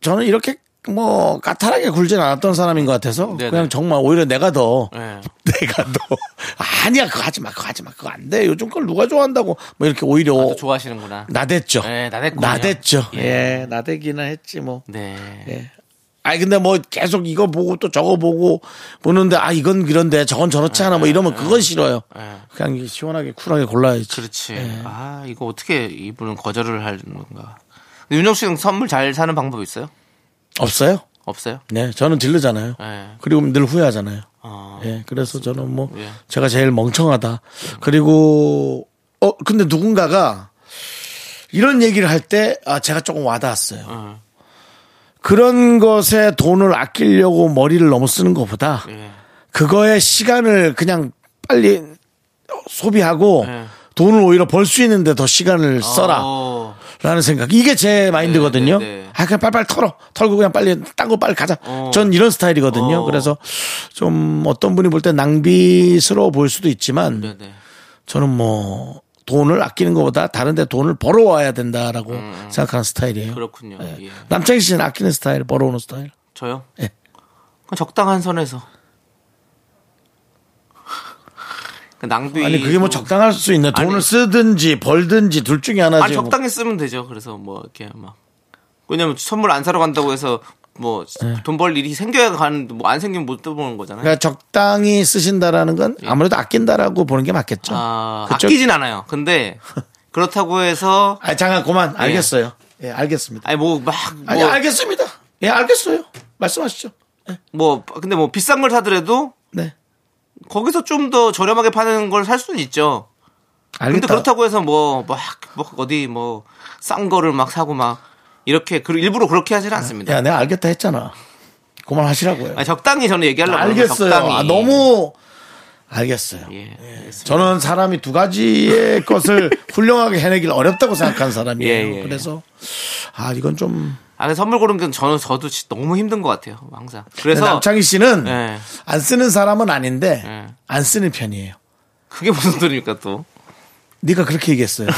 Speaker 1: 저는 이렇게 뭐 까탈하게 굴진 않았던 사람인 것 같아서
Speaker 2: 네네.
Speaker 1: 그냥 정말 오히려 내가 더
Speaker 2: 네.
Speaker 1: [laughs] 내가 더 아니야 그거 하지 마 그거 하지 마 그거 안 돼 요즘 걸 누가 좋아한다고 뭐 이렇게 오히려
Speaker 2: 또 좋아하시는구나.
Speaker 1: 나댔죠
Speaker 2: 네, 나댔군요.
Speaker 1: 나댔죠
Speaker 2: 예.
Speaker 1: 예, 나대기는 했지 뭐
Speaker 2: 네.
Speaker 1: 예. 아니 근데 뭐 계속 이거 보고 또 저거 보고 보는데 아 이건 그런데 저건 저렇지 않아 뭐 이러면 그건 싫어요
Speaker 2: 예.
Speaker 1: 그냥 시원하게 쿨하게 골라야지
Speaker 2: 그렇지.
Speaker 1: 예.
Speaker 2: 아, 이거 어떻게 이분은 거절을 하는 건가. 근데 윤정 씨는 선물 잘 사는 방법 있어요?
Speaker 1: 없어요?
Speaker 2: 없어요?
Speaker 1: 네, 저는 질르잖아요.
Speaker 2: 예.
Speaker 1: 그리고 늘 후회하잖아요.
Speaker 2: 어.
Speaker 1: 예, 그래서 저는 뭐
Speaker 2: 예.
Speaker 1: 제가 제일 멍청하다. 그리고 어 근데 누군가가 이런 얘기를 할 때 아, 제가 조금 와닿았어요.
Speaker 2: 어.
Speaker 1: 그런 것에 돈을 아끼려고 머리를 너무 쓰는 것보다
Speaker 2: 예.
Speaker 1: 그거에 시간을 그냥 빨리 소비하고
Speaker 2: 예.
Speaker 1: 돈을 오히려 벌 수 있는데 더 시간을 써라.
Speaker 2: 어.
Speaker 1: 라는 생각. 이게 제 마인드거든요.
Speaker 2: 네, 네, 네.
Speaker 1: 아, 그냥 빨빨 털어. 털고 그냥 빨리, 딴 거 빨리 가자.
Speaker 2: 어.
Speaker 1: 전 이런 스타일이거든요.
Speaker 2: 어.
Speaker 1: 그래서 좀 어떤 분이 볼 때 낭비스러워 보일 수도 있지만
Speaker 2: 네, 네.
Speaker 1: 저는 뭐 돈을 아끼는 것보다 다른데 돈을 벌어와야 된다라고 생각하는 스타일이에요.
Speaker 2: 음, 그렇군요. 예.
Speaker 1: 남창희 씨는 아끼는 스타일, 벌어오는 스타일.
Speaker 2: 저요?
Speaker 1: 예.
Speaker 2: 그냥 적당한 선에서. 그 낭비.
Speaker 1: 아니, 그게 뭐 적당할 수 있네. 돈을
Speaker 2: 아니.
Speaker 1: 쓰든지 벌든지 둘 중에 하나지. 뭐.
Speaker 2: 아니, 적당히 쓰면 되죠. 그래서 뭐 이렇게 막. 왜냐면 선물 안 사러 간다고 해서 뭐 돈 벌 일이 생겨야 가는 뭐 안 생기면 못 떠보는 거잖아요.
Speaker 1: 네. 그러니까 적당히 쓰신다라는 건 아무래도 아낀다라고 보는 게 맞겠죠.
Speaker 2: 예. 아,
Speaker 1: 그쪽-
Speaker 2: 아끼진 않아요.
Speaker 1: [laughs]
Speaker 2: 근데 그렇다고 해서
Speaker 1: 아, 잠깐, 그만. 알겠어요. 예, 알겠습니다.
Speaker 2: 아니 뭐 막 뭐
Speaker 1: 아니 알겠습니다. 예 알겠어요. 말씀하시죠.
Speaker 2: 근데 뭐 비싼 걸 사더라도
Speaker 1: 네.
Speaker 2: 거기서 좀 더 저렴하게 파는 걸 살 수는 있죠. 근데 그렇다고 해서 뭐 막 어디 뭐 싼 거를 막 사고 막 이렇게 그 일부러 그렇게 하지는 않습니다.
Speaker 1: 야 내가 알겠다 했잖아. 그만하시라고요.
Speaker 2: 아니, 적당히 저는 얘기하려고 그러는 거예요.
Speaker 1: 알겠어요.
Speaker 2: 적당히.
Speaker 1: 아, 너무 알겠어요.
Speaker 2: 예, 알겠습니다.
Speaker 1: 저는 사람이 두 가지의 [laughs] 것을 훌륭하게 해내길 어렵다고 생각한 사람이에요.
Speaker 2: 예, 예.
Speaker 1: 그래서 아 이건 좀
Speaker 2: 아, 근데 선물 고르는 건 저는 저도 진짜 너무 힘든 것 같아요. 항상. 그래서
Speaker 1: 네, 남창희 씨는
Speaker 2: 예.
Speaker 1: 안 쓰는 사람은 아닌데
Speaker 2: 예.
Speaker 1: 안 쓰는 편이에요.
Speaker 2: 그게 무슨 소리입니까 또?
Speaker 1: 네가 그렇게 얘기했어요.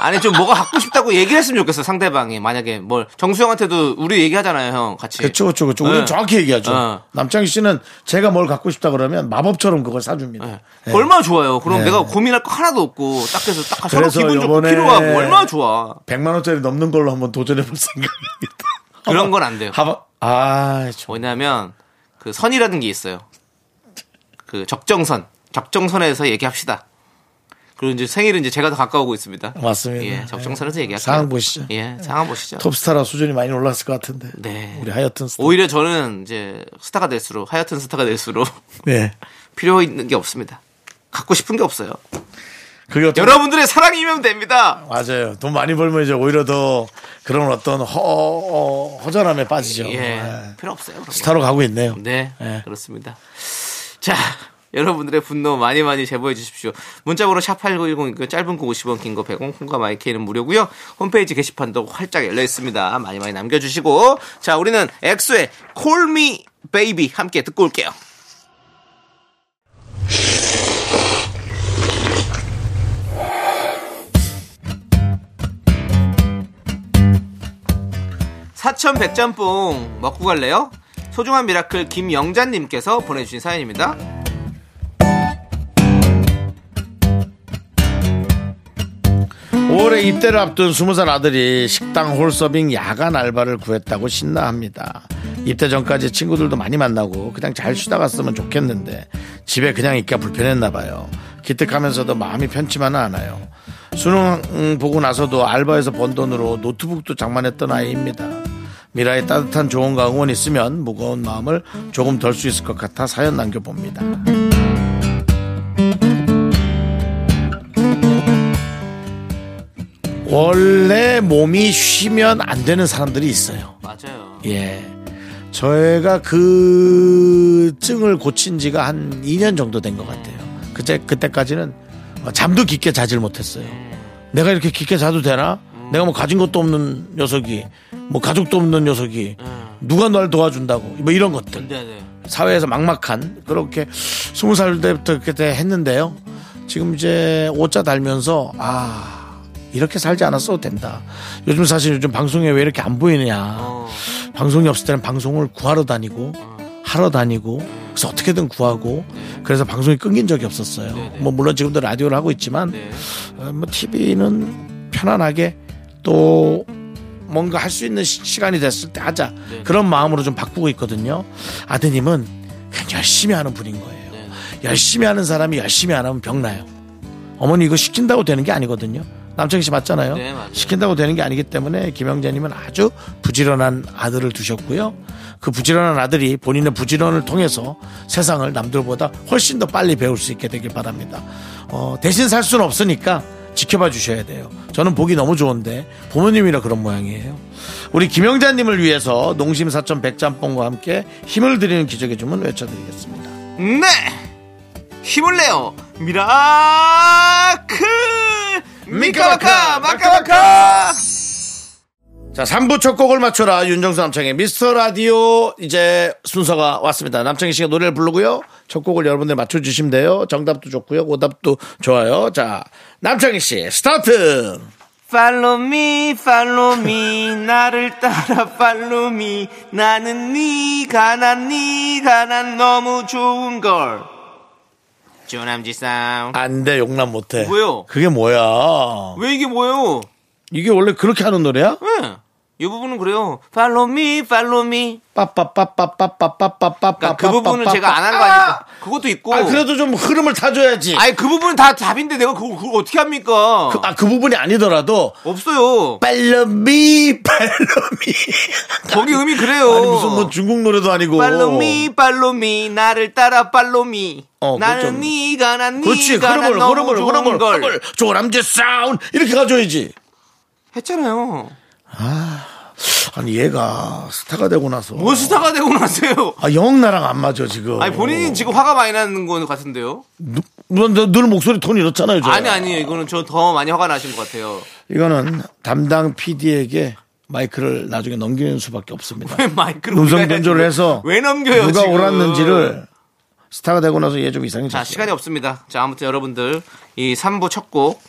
Speaker 2: 아니 좀 뭐가 갖고 싶다고 얘기를 했으면 좋겠어 상대방이 만약에 뭘 정수영한테도 우리 얘기하잖아요 형 같이
Speaker 1: 그쵸, 그쵸, 그쵸. 우리는
Speaker 2: 네.
Speaker 1: 정확히 얘기하죠.
Speaker 2: 어.
Speaker 1: 남창희 씨는 제가 뭘 갖고 싶다 그러면 마법처럼 그걸 사줍니다.
Speaker 2: 네.
Speaker 1: 네.
Speaker 2: 얼마나 좋아요 그럼
Speaker 1: 네.
Speaker 2: 내가 고민할 거 하나도 없고 딱 해서 딱 서로
Speaker 1: 그래서
Speaker 2: 기분 좋고
Speaker 1: 요번에-
Speaker 2: 필요하고 얼마나 좋아
Speaker 1: 100만원짜리 넘는 걸로 한번 도전해볼 생각입니다.
Speaker 2: 그런 건 안 돼요
Speaker 1: 하바, 아, 좀.
Speaker 2: 뭐냐면 그 선이라는 게 있어요. 그 적정선, 적정선에서 얘기합시다. 그리고 이제 생일은 이제 제가 더 가까우고 있습니다.
Speaker 1: 맞습니다. 네.
Speaker 2: 예, 적정선에서 얘기할게요.
Speaker 1: 상황 보시죠.
Speaker 2: 예, 상황 보시죠.
Speaker 1: 톱스타라 수준이 많이 올랐을 것 같은데.
Speaker 2: 네.
Speaker 1: 우리 하여튼 스타.
Speaker 2: 오히려 저는 이제 스타가 될수록 하여튼 스타가 될수록 [laughs]
Speaker 1: 네.
Speaker 2: 필요 있는 게 없습니다. 갖고 싶은 게 없어요.
Speaker 1: 그게 어떤-
Speaker 2: 여러분들의 사랑이면 됩니다.
Speaker 1: 맞아요. 돈 많이 벌면 이제 오히려 더 그런 어떤 허, 어, 허전함에 빠지죠.
Speaker 2: 예,
Speaker 1: 예.
Speaker 2: 필요 없어요. 그런 거.
Speaker 1: 스타로 가고 있네요.
Speaker 2: 네,
Speaker 1: 예.
Speaker 2: 그렇습니다. 자, 여러분들의 분노 많이 많이 제보해 주십시오. 문자번호 샵8910 이거 짧은 거 50원, 긴 거 100원, 콩과 마이크는 무료고요. 홈페이지 게시판도 활짝 열려 있습니다. 많이 많이 남겨 주시고 자, 우리는 엑소의 콜미 베이비 함께 듣고 올게요. 사천 백짬뽕 먹고 갈래요? 소중한 미라클 김영자님께서 보내주신 사연입니다.
Speaker 1: 올해 입대를 앞둔 20살 아들이 식당 홀서빙 야간 알바를 구했다고 신나합니다. 입대 전까지 친구들도 많이 만나고 그냥 잘 쉬다 갔으면 좋겠는데 집에 그냥 있기가 불편했나 봐요. 기특하면서도 마음이 편치만은 않아요. 수능 음, 보고 나서도 알바에서 번 돈으로 노트북도 장만했던 아이입니다. 미라의 따뜻한 조언과 응원 이 있으면 무거운 마음을 조금 덜 수 있을 것 같아 사연 남겨봅니다. 원래 몸이 쉬면 안 되는 사람들이 있어요.
Speaker 2: 맞아요.
Speaker 1: 예. 저희가 그 증을 고친 지가 한 2년 정도 된 것 같아요. 그때, 그때까지는 어, 잠도 깊게 자질 못했어요. 내가 이렇게 깊게 자도 되나? 내가 뭐 가진 것도 없는 녀석이, 뭐 가족도 없는 녀석이,
Speaker 2: 음.
Speaker 1: 누가 날 도와준다고, 뭐 이런 것들.
Speaker 2: 네, 네.
Speaker 1: 사회에서 막막한 그렇게 스무 살 때부터 그때 했는데요. 지금 이제 오자 달면서 아 이렇게 살지 않았어도 된다. 요즘 사실 요즘 방송에 왜 이렇게 안 보이느냐. 방송이 없을 때는 방송을 구하러 다니고 하러 다니고 그래서 어떻게든 구하고 그래서 방송이 끊긴 적이 없었어요. 뭐 물론 지금도 라디오를 하고 있지만 어, 뭐 TV는 편안하게 또 뭔가 할 수 있는 시- 시간이 됐을 때 하자 그런 마음으로 좀 바꾸고 있거든요. 아드님은 그냥 열심히 하는 분인 거예요. 열심히 하는 사람이 열심히 안 하면 병나요. 어머니 이거 시킨다고 되는 게 아니거든요. 남창희 씨 맞잖아요.
Speaker 2: 네, 맞아요.
Speaker 1: 시킨다고 되는 게 아니기 때문에 김영재님은 아주 부지런한 아들을 두셨고요. 그 부지런한 아들이 본인의 부지런을 통해서 세상을 남들보다 훨씬 더 빨리 배울 수 있게 되길 바랍니다. 어, 대신 살 수는 없으니까 지켜봐 주셔야 돼요. 저는 보기 너무 좋은데 부모님이라 그런 모양이에요. 우리 김영자님을 위해서 농심 사천 백짬뽕과 함께 힘을 드리는 기적의 주문 외쳐드리겠습니다.
Speaker 2: 네! 힘을 내요! 미라클! 미카마카! 마카마카!
Speaker 1: 자, 3부 첫 곡을 맞춰라. 윤정수 남창의 미스터 라디오. 이제 순서가 왔습니다. 남창희 씨가 노래를 부르고요. 첫 곡을 여러분들 맞춰주시면 돼요. 정답도 좋고요. 오답도 좋아요. 자, 남창희 씨, 스타트!
Speaker 2: 팔로우 미, 팔로우 미, 나를 따라 팔로우 미. 나는 네가 난 네가 난 너무 좋은 걸. 조남지 쌍.
Speaker 1: 안 돼, 용납 못 해.
Speaker 2: 왜요?
Speaker 1: 그게 뭐야?
Speaker 2: 아, 왜 이게 뭐예요?
Speaker 1: 이게 원래 그렇게 하는 노래야?
Speaker 2: 예. 이 부분은 그래요. 팔로우 미, 팔로우 미.
Speaker 1: 빠빠빠빠빠빠빠빠빠빠.
Speaker 2: 그러니까 그 부분을 제가 안 한 거니까. 그것도 있고.
Speaker 1: 아, 그래도 좀 흐름을 타줘야지.
Speaker 2: 아니 그 부분은 다 답인데 내가 그걸, 그걸 어떻게 합니까?
Speaker 1: 그, 아, 그 부분이 아니더라도.
Speaker 2: 없어요.
Speaker 1: 팔로미, 팔로미.
Speaker 2: 거기 음이 그래요.
Speaker 1: 아니, 무슨 뭐 중국 노래도 아니고.
Speaker 2: 팔로미 팔로미 나를 따라 팔로미
Speaker 1: 어, 그거
Speaker 2: 나는
Speaker 1: 좀-
Speaker 2: 네가 난
Speaker 1: 그렇지
Speaker 2: 네가 난
Speaker 1: 흐름을
Speaker 2: 너무
Speaker 1: 흐름을
Speaker 2: 좋은
Speaker 1: 흐름을
Speaker 2: 걸
Speaker 1: 흐름을 조람제 사운 이렇게 가져야지
Speaker 2: 했잖아요
Speaker 1: 아니 얘가 스타가 되고 나서
Speaker 2: 뭔 스타가 되고 나세요
Speaker 1: 아영 나랑 안 맞아 지금
Speaker 2: 아니 본인이
Speaker 1: 어.
Speaker 2: 지금 화가 많이 나는 거 같은데요
Speaker 1: 뭐, 늘 목소리 톤 이렇잖아요 저.
Speaker 2: 아니 아니 이거는 저 더 많이 화가 나신 것 같아요 [laughs]
Speaker 1: 이거는 담당 PD에게 마이크를 나중에 넘기는 수밖에 없습니다
Speaker 2: 왜
Speaker 1: [laughs]
Speaker 2: 마이크를
Speaker 1: 음성
Speaker 2: 우리가
Speaker 1: 변조를
Speaker 2: 해야지?
Speaker 1: 해서
Speaker 2: 왜 넘겨요
Speaker 1: 누가
Speaker 2: 지금?
Speaker 1: 올랐는지를 스타가 되고 나서 얘 좀 이상해졌어요
Speaker 2: 자 시간이 없습니다 자 아무튼 여러분들 이 3부 첫곡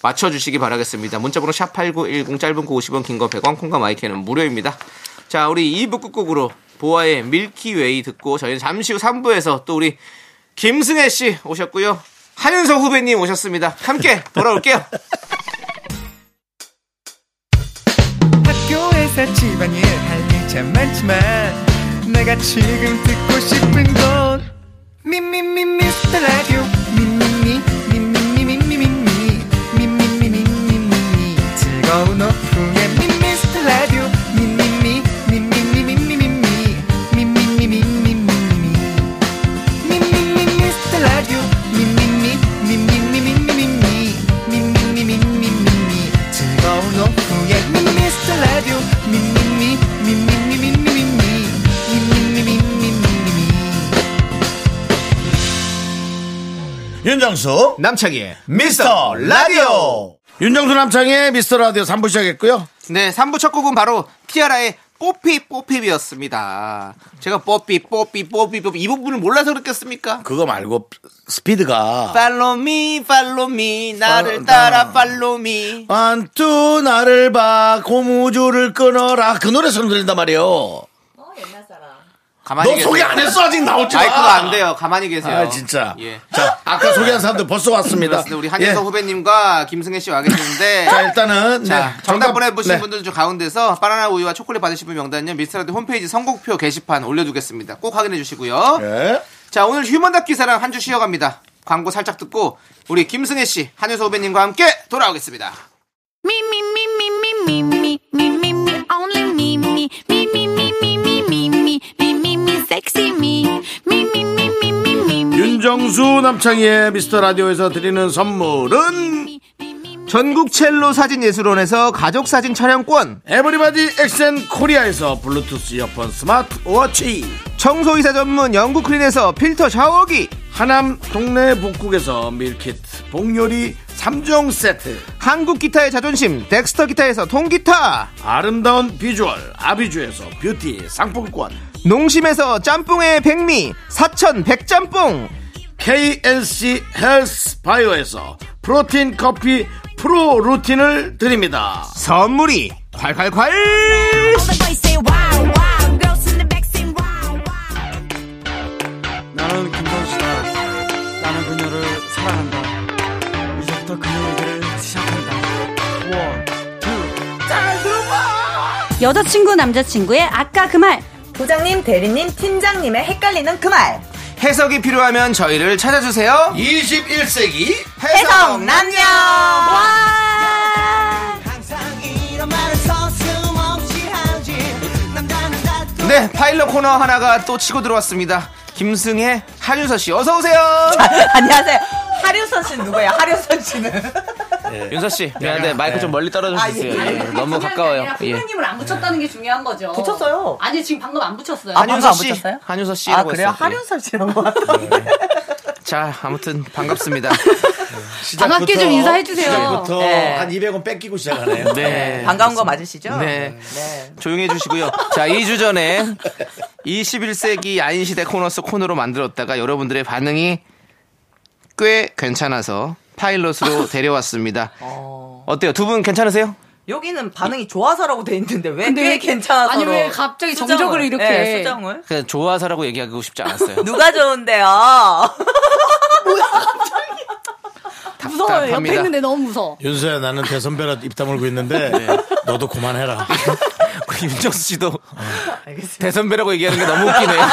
Speaker 2: 맞춰주시기 바라겠습니다. 문자번호 샵8910 짧은 거 50원 긴 거 100원 콩과 마이크는 무료입니다. 자 우리 2부 끝곡으로 보아의 밀키웨이 듣고 저희는 잠시 후 3부에서 또 우리 김승혜 씨 오셨고요. 한윤성 후배님 오셨습니다. 함께 돌아올게요.
Speaker 6: 학교에서 집안일 할 일 참 많지만 내가 지금 듣고 싶은 건 미미미 미스터 라디오 미미미 미미미미미미 미미미미미미 즐거운 오후에 미스터 라디오 미미미 미미미미미미 미미미미미미 미미미 미스터 라디오 미미미 미미미미미미 미미미미미미 즐거운 오후에 미스터 라디오 미미미 미미미미미미 미미미미미미
Speaker 1: 윤정수
Speaker 2: [laughs] 남창희의
Speaker 1: 미스터 라디오 윤정수 남창의 미스터 라디오 3부 시작했고요
Speaker 2: 네, 3부 첫 곡은 바로 티아라의 뽀삐 뽀삐비였습니다. 제가 뽀삐 뽀삐 뽀삐 뽀삐 이 부분을 몰라서 그랬겠습니까?
Speaker 1: 그거 말고 스피드가
Speaker 2: 팔로미 me, 팔로미 me,
Speaker 1: 팔로-
Speaker 2: 나를 따라
Speaker 1: 나-
Speaker 2: 팔로미
Speaker 1: 안뚜 나를 봐 고무줄을 끊어라 그 노래 손 들린단 말이에요
Speaker 2: 가만히
Speaker 1: 너 소개 안 했어 아직 나오지 마.
Speaker 2: 마이크가 안 돼요. 가만히 계세요.
Speaker 1: 아 진짜
Speaker 2: 예.
Speaker 1: 자 아까 소개한 사람들 벌써 왔습니다
Speaker 2: 그렇습니다. 우리 한예성
Speaker 1: 예.
Speaker 2: 후배님과 김승혜 씨 와 [laughs] 계시는데
Speaker 1: 자 일단은
Speaker 2: 자,
Speaker 1: 네,
Speaker 2: 정답 보내보신
Speaker 1: 네.
Speaker 2: 분들 중 가운데서 바나나 우유와 초콜릿 받으신 분 명단은요, 미스터라디 홈페이지 선곡표 게시판 올려두겠습니다. 꼭 확인해 주시고요.
Speaker 1: 예.
Speaker 2: 자, 오늘 휴먼 다큐사랑 한 주 쉬어갑니다. 광고 살짝 듣고, 우리 김승혜 씨, 한효서 후배님과 함께 돌아오겠습니다.
Speaker 5: Me, me, me, me, me, me, me, me, me, me, only me, me, me, me, me, me, me, me, me, me, me, me, sexy me, me, me, me, me, me, me, me,
Speaker 1: 윤정수 남창희의 미스터 라디오에서 드리는 선물은
Speaker 2: 전국 첼로 사진 예술원에서 가족 사진 촬영권,
Speaker 1: 에버리바디 엑센 코리아에서 블루투스 이어폰 스마트 워치
Speaker 2: 청소이사 전문 영국 클린에서 필터 샤워기,
Speaker 1: 하남 동네 북국에서 밀키트 복요리 3종 세트
Speaker 2: 한국 기타의 자존심, 덱스터 기타에서 통기타,
Speaker 1: 아름다운 비주얼 아비주에서 뷰티 상품권
Speaker 2: 농심에서 짬뽕의 백미, 사천 백짬뽕,
Speaker 1: KNC 헬스 바이오에서 프로틴 커피 프로 루틴을 드립니다
Speaker 2: 선물이 콸콸콸!
Speaker 5: All the boys say wow, wow, girls in the back say wow, wow.
Speaker 7: 나는 김선수다. 나는 그녀를 사랑한다. 이제부터 그녀에게 시작한다. 원, 투.
Speaker 8: 여자친구 남자친구의 아까 그 말
Speaker 9: 부장님, 대리님, 팀장님의 헷갈리는 그 말.
Speaker 2: 해석이 필요하면 저희를 찾아주세요.
Speaker 1: 21세기
Speaker 8: 아,
Speaker 9: 해석 남녀.
Speaker 2: 네, 파일럿 코너 하나가 또 치고 들어왔습니다. 김승혜, 한윤서 씨, 어서 오세요.
Speaker 9: 안녕하세요. 하류선 씨는 누구예요? 하류선 씨는.
Speaker 2: 윤서 씨, 미안한데 마이크 좀 멀리 떨어져 주세요.
Speaker 9: 아,
Speaker 2: 예,
Speaker 9: 예.
Speaker 2: 너무 가까워요. 예.
Speaker 8: 선생님을 안 붙였다는 게 중요한 거죠.
Speaker 9: 붙였어요.
Speaker 8: 아니 지금 방금 안 붙였어요.
Speaker 9: 아, 방금
Speaker 2: 한윤서
Speaker 9: 안
Speaker 2: 씨,
Speaker 9: 붙였어요?
Speaker 2: 한윤서 씨.
Speaker 9: 아, 그래요? 하류선 씨라고 같던데
Speaker 2: 네. 자, 아무튼
Speaker 9: [laughs]
Speaker 2: 반갑습니다.
Speaker 8: 반갑게 좀 인사해 주세요.
Speaker 1: 시작부터
Speaker 9: 네.
Speaker 1: 한 200원 뺏기고 시작하네요
Speaker 2: [laughs] 네.
Speaker 9: 반가운 거 맞으시죠?
Speaker 2: 네.
Speaker 9: 네.
Speaker 2: 조용히 해주시고요. 자, 2주 전에 21세기 야인시대 코너스 코너로 만들었다가 여러분들의 반응이 꽤 괜찮아서 파일럿으로
Speaker 9: [laughs]
Speaker 2: 데려왔습니다. 어때요? 두 분 괜찮으세요?
Speaker 9: 여기는 반응이 좋아서라고 돼 있는데 왜
Speaker 8: 근데
Speaker 9: 꽤
Speaker 8: 왜-
Speaker 9: 괜찮아서
Speaker 8: 아니, 예, 왜 갑자기 정적으로 이렇게.
Speaker 9: 수정을
Speaker 2: 그냥 좋아서라고 얘기하고 싶지 않았어요.
Speaker 9: 누가 좋은데요? 아,
Speaker 8: 무서워요.
Speaker 2: 답답합니다.
Speaker 8: 옆에 있는데 너무 무서워.
Speaker 1: 윤서야 나는 대선배라 입 다물고 있는데
Speaker 2: 네.
Speaker 1: 너도 그만해라
Speaker 2: [laughs] [laughs] 우리 윤정수 씨도
Speaker 9: 아,
Speaker 2: 대선배라고 얘기하는 게 너무 웃기네요.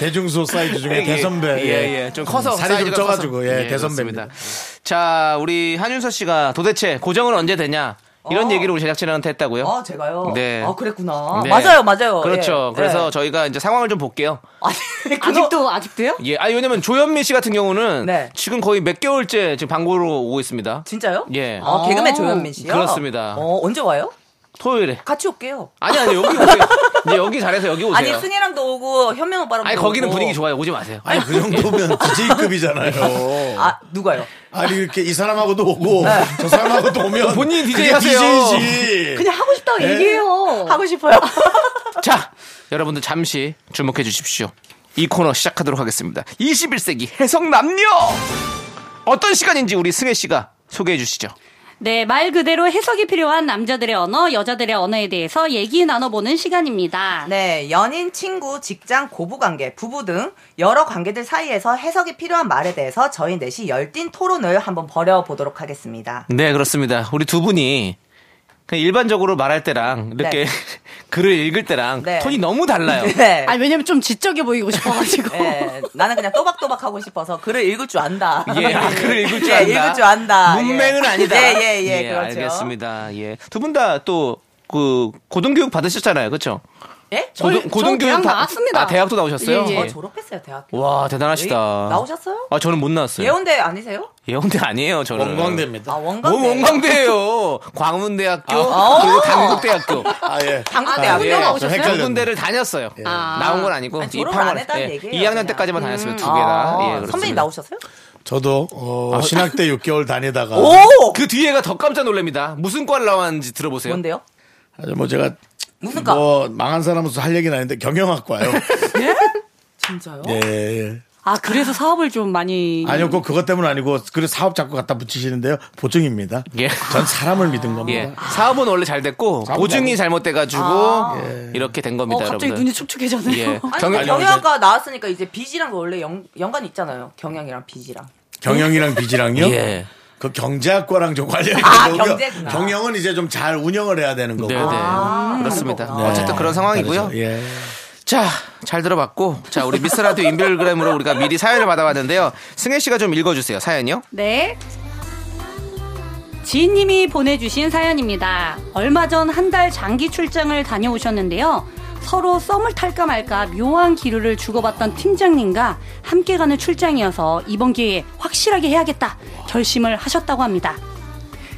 Speaker 1: 대중소 사이즈 중에 예, 대선배
Speaker 2: 예, 예. 좀 커서.
Speaker 1: 살이 좀
Speaker 2: 사이즈가 커서.
Speaker 1: 쪄가지고 예, 대선배입니다
Speaker 2: 그렇습니다. 자, 우리 한윤서 씨가 도대체 고정은 언제 되냐? 이런
Speaker 9: 어.
Speaker 2: 얘기를 우리 제작진한테 했다고요.
Speaker 9: 아, 제가요?
Speaker 2: 네.
Speaker 9: 아, 그랬구나.
Speaker 2: 네.
Speaker 9: 맞아요, 맞아요.
Speaker 2: 그렇죠.
Speaker 9: 예.
Speaker 2: 그래서
Speaker 9: 예.
Speaker 2: 저희가 이제 상황을 좀 볼게요.
Speaker 9: 아니, 그거-
Speaker 8: 아직도 아직도요?
Speaker 2: 예. 아니, 왜냐면 조현민 씨 같은 경우는
Speaker 9: 네.
Speaker 2: 지금 거의 몇 개월째 지금 방구로 오고 있습니다.
Speaker 9: 진짜요?
Speaker 2: 예.
Speaker 9: 아, 개그맨 조현민 씨요?
Speaker 2: 그렇습니다.
Speaker 9: 어, 언제 와요?
Speaker 2: 토요일에.
Speaker 9: 같이 올게요.
Speaker 2: 아니, 아니,
Speaker 9: [laughs]
Speaker 2: 여기 오세요. 이제 여기 잘해서 여기 오세요.
Speaker 9: 아니, 뭐. 순이랑도 오고, 현명 오빠랑
Speaker 2: 아니, 거기는 분위기 좋아요. 오지 마세요.
Speaker 1: 아니 그 정도면
Speaker 2: [laughs] 어.
Speaker 1: DJ급이잖아요
Speaker 9: 아, 누가요?
Speaker 1: 아니 이렇게 이 사람하고도 오고 저 사람하고도 오면
Speaker 2: 네. 본인이 DJ
Speaker 1: 그게
Speaker 2: 하세요.
Speaker 1: DJ지.
Speaker 8: 그냥 하고 싶다고 얘기해요.
Speaker 9: 하고 싶어요. [laughs]
Speaker 2: 자, 여러분들 잠시 주목해 주십시오. 이 코너 시작하도록 하겠습니다. 21세기 해석 남녀! 어떤 시간인지 우리 승혜 씨가 소개해 주시죠.
Speaker 8: 네, 말 그대로 해석이 필요한 남자들의 언어, 여자들의 언어에 대해서 얘기 나눠보는 시간입니다.
Speaker 9: 네, 연인, 친구, 직장, 고부관계, 부부 등 여러 관계들 사이에서 해석이 필요한 말에 대해서 저희 넷이 열띤 토론을 한번 벌여보도록 하겠습니다. [laughs]
Speaker 2: 네, 그렇습니다. 우리 두 분이 그냥 일반적으로 말할 때랑 이렇게
Speaker 9: 네.
Speaker 2: [laughs] 글을 읽을 때랑
Speaker 9: 네.
Speaker 2: 톤이 너무 달라요.
Speaker 9: 네.
Speaker 8: 아니, 왜냐면 좀 지적해 보이고 싶어가지고.
Speaker 9: 네, 나는 그냥 또박또박 하고 싶어서 글을 읽을 줄 안다.
Speaker 2: 예, 아, 글을 읽을 줄
Speaker 9: 예,
Speaker 2: 안다.
Speaker 9: 읽을 줄 안다.
Speaker 2: 문맹은 [laughs] [laughs]
Speaker 9: 예.
Speaker 2: 아니다.
Speaker 9: 예, 예, 예, 그렇죠.
Speaker 2: 알겠습니다. 예. 두 분 다 또 그 고등교육 받으셨잖아요. 그렇죠?
Speaker 9: 예?
Speaker 8: 저- 저 대학
Speaker 2: 다-
Speaker 8: 나왔습니다.
Speaker 2: 아, 대학도 나오셨어요?
Speaker 8: 예, 예.
Speaker 9: 어, 졸업했어요, 대학교.
Speaker 2: 와, 대단하시다.
Speaker 9: 예? 나오셨어요?
Speaker 2: 아, 저는 못 나왔어요.
Speaker 9: 예원대 아니세요?
Speaker 2: 예원대 아니에요, 저는.
Speaker 9: 아,
Speaker 1: 원광대입니다.
Speaker 9: 원광대.
Speaker 2: 뭐 원광대예요. 광문대학교
Speaker 9: 아.
Speaker 2: 그리고 당국대학교.
Speaker 1: 아, 예.
Speaker 9: 당국대학교.
Speaker 8: 예. 나오셨어요?
Speaker 1: 헷갈렸네.
Speaker 2: 두 군데를 다녔어요.
Speaker 1: 예.
Speaker 8: 아.
Speaker 2: 나온 건 아니고
Speaker 9: 아니, 졸업을
Speaker 2: 입학만
Speaker 9: 안 했다는
Speaker 2: 했- 예,
Speaker 9: 얘기예요,
Speaker 2: 2학년
Speaker 9: 그냥.
Speaker 2: 때까지만 다녔어요. 두
Speaker 9: 아,
Speaker 2: 개나. 예,
Speaker 9: 선배님
Speaker 2: 그렇습니다.
Speaker 9: 나오셨어요?
Speaker 1: 저도 어,
Speaker 2: 아,
Speaker 1: 신학 때 6개월 다니다가
Speaker 9: 오!
Speaker 2: 그 뒤에가 더 깜짝 놀랍니다. 무슨 과를 나왔는지 들어보세요.
Speaker 9: 뭔데요?
Speaker 1: 아주 뭐 제가
Speaker 9: 무슨 과?
Speaker 1: 뭐 망한 사람으로서 할 얘기는 아닌데
Speaker 9: [laughs]
Speaker 1: 경영학과요.
Speaker 9: 예? 진짜요?
Speaker 1: 예, 예.
Speaker 8: 아, 그래서 사업을 좀 많이.
Speaker 1: 아니요, 꼭 그것 때문 은 아니고 그래 사업 자꾸 갖다 붙이시는데요. 보증입니다.
Speaker 2: 예.
Speaker 1: 전 사람을 믿은 겁니다.
Speaker 2: 예.
Speaker 9: 아.
Speaker 2: 사업은 원래 잘 됐고
Speaker 1: 사업은 예.
Speaker 2: 보증이
Speaker 1: 나도-
Speaker 2: 잘못돼가지고 이렇게 된
Speaker 8: 어,
Speaker 2: 겁니다,
Speaker 8: 갑자기
Speaker 2: 여러분.
Speaker 8: 눈이 촉촉해졌네요.
Speaker 2: 예.
Speaker 9: [laughs] 아니,
Speaker 2: 경영-
Speaker 9: 경영학과 나왔으니까 이제 빚이랑 원래 연, 연관이 있잖아요. 경영이랑 빚이랑.
Speaker 1: 경영이랑 빚이랑요.
Speaker 2: 예.
Speaker 1: 그 경제학과랑 좀 관련이
Speaker 9: 아,
Speaker 1: 있는 거고요.
Speaker 9: 경제구나.
Speaker 1: 경영은 이제 좀 잘 운영을 해야 되는 거고.
Speaker 2: 네, 네.
Speaker 9: 아.
Speaker 2: 그렇습니다.
Speaker 9: 그렇구나.
Speaker 1: 네.
Speaker 2: 어쨌든 그런 상황이고요.
Speaker 1: 다르죠. 예.
Speaker 2: 자, 잘 들어봤고, 자, 우리 미스라디오 인별그램으로 우리가 미리 사연을 받아봤는데요. 승혜 씨가 좀 읽어주세요, 사연이요.
Speaker 8: 네. 지인님이 보내주신 사연입니다. 얼마 전 한 달 장기 출장을 다녀오셨는데요. 서로 썸을 탈까 말까 묘한 기류를 주고받던 팀장님과 함께 가는 출장이어서 이번 기회에 확실하게 해야겠다 결심을 하셨다고 합니다.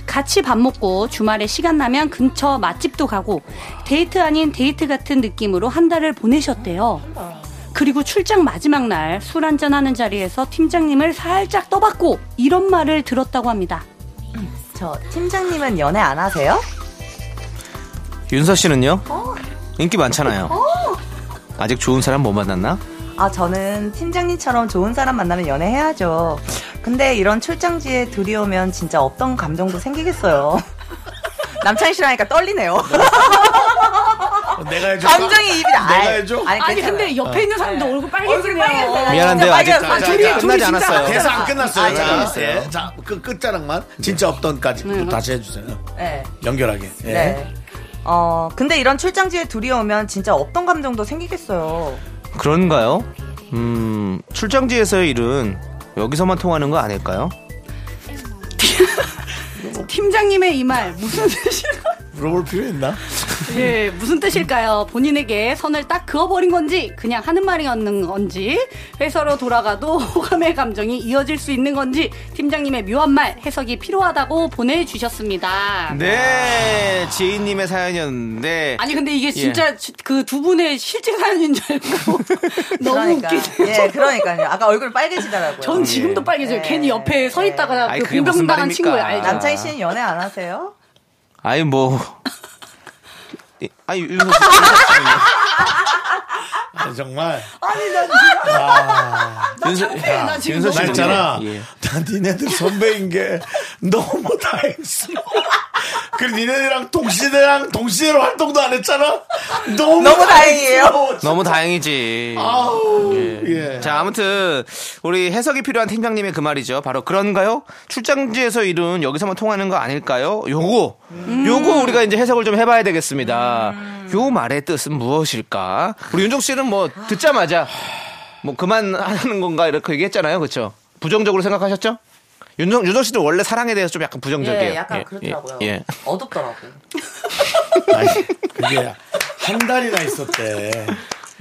Speaker 8: 같이 밥 먹고 주말에 시간 나면 근처 맛집도 가고 데이트 아닌 데이트 같은 느낌으로 한 달을 보내셨대요. 그리고 출장 마지막 날 술 한잔 하는 자리에서 팀장님을 살짝 떠봤고 이런 말을 들었다고 합니다.
Speaker 9: 저 팀장님은 연애 안 하세요?
Speaker 2: 윤서 씨는요? 인기 많잖아요. 아직 좋은 사람 못 만났나?
Speaker 9: 아, 저는 팀장님처럼 좋은 사람 만나면 연애해야죠. 근데 이런 출장지에 둘이 오면 진짜 없던 감정도 생기겠어요. [laughs] 남창희 씨라니까 떨리네요.
Speaker 1: 내가 해줘.
Speaker 9: 감정이 입이 나.
Speaker 1: 내가 해줘?
Speaker 9: 아니,
Speaker 8: 아니
Speaker 9: 괜찮아요.
Speaker 8: 근데 옆에 있는 사람도 얼굴 빨개지네요.
Speaker 2: 미안한데요, 아직
Speaker 9: 빨개졌어요.
Speaker 2: 자, 자, 끝나지 않았어요.
Speaker 1: 대사 안 끝났어요.
Speaker 9: 아,
Speaker 1: 자,
Speaker 9: 예.
Speaker 1: 예. 자, 그 끝자락만 진짜 없던까지 또 다시 해주세요.
Speaker 9: 네.
Speaker 1: 연결하게. 예.
Speaker 9: 네. 어, 근데 이런 출장지에 둘이 오면 진짜 없던 감정도 생기겠어요.
Speaker 2: 그런가요? 음, 출장지에서의 일은 여기서만 통하는 거 아닐까요?
Speaker 8: [laughs] 팀장님의 이 말 무슨 뜻일까?
Speaker 1: 물어볼 필요 있나?
Speaker 8: 예, 무슨 뜻일까요? 본인에게 선을 딱 그어버린 건지 그냥 하는 말이었는 건지 회사로 돌아가도 [laughs] 호감의 감정이 이어질 수 있는 건지 팀장님의 묘한 말 해석이 필요하다고 보내주셨습니다.
Speaker 2: 네, 지인님의 사연이었는데.
Speaker 8: 아니 근데 이게 진짜 그 두 분의 실제 사연인 줄 알고 [laughs] 너무
Speaker 9: 그러니까.
Speaker 8: 웃기네요.
Speaker 9: 예, 그러니까요. 아까 얼굴 빨개지더라고요.
Speaker 8: 전 지금도 빨개져요.
Speaker 9: 예.
Speaker 8: 괜히 옆에 서 있다가
Speaker 2: 아이,
Speaker 8: 그
Speaker 2: 그게 무슨
Speaker 8: 공병당한
Speaker 2: 말입니까?
Speaker 8: 친구예요. 알죠?
Speaker 2: 남-
Speaker 9: 남창희 씨는 연애 안 하세요?
Speaker 2: 아니, 뭐. 이- 아니, 윤서 씨.
Speaker 1: 아, 정말. 아.
Speaker 2: 윤서,
Speaker 8: 창피해, 나 지금
Speaker 2: 윤서
Speaker 8: 너무
Speaker 1: 나
Speaker 2: 씨는요?
Speaker 1: 있잖아.
Speaker 2: 예.
Speaker 1: 나 니네들 선배인 게 너무 다행스러워. 그리고 니네들이랑 동시대랑 동시대로 활동도 안 했잖아. 너무,
Speaker 9: 너무 다행이에요.
Speaker 1: 다행스러워.
Speaker 2: 너무 다행이지.
Speaker 1: 아우, 예.
Speaker 2: 자, 아무튼 우리 해석이 필요한 팀장님의 그 말이죠. 바로 그런가요? 출장지에서 일은 여기서만 통하는 거 아닐까요? 요거.
Speaker 1: 음.
Speaker 2: 요거 우리가 이제 해석을 좀 해봐야 되겠습니다. 요 말의 뜻은 무엇일까? 우리 윤종 씨는 뭐 듣자마자 뭐 그만하는 건가 이렇게 얘기했잖아요. 그렇죠? 부정적으로 생각하셨죠? 윤종 윤종 씨는 원래 사랑에 대해서 좀 약간 부정적이에요.
Speaker 9: 예, 약간
Speaker 2: 예,
Speaker 9: 그렇더라고요.
Speaker 2: 예, 예.
Speaker 9: 어둡더라고요.
Speaker 1: 아니, 그게 한 달이나 있었대.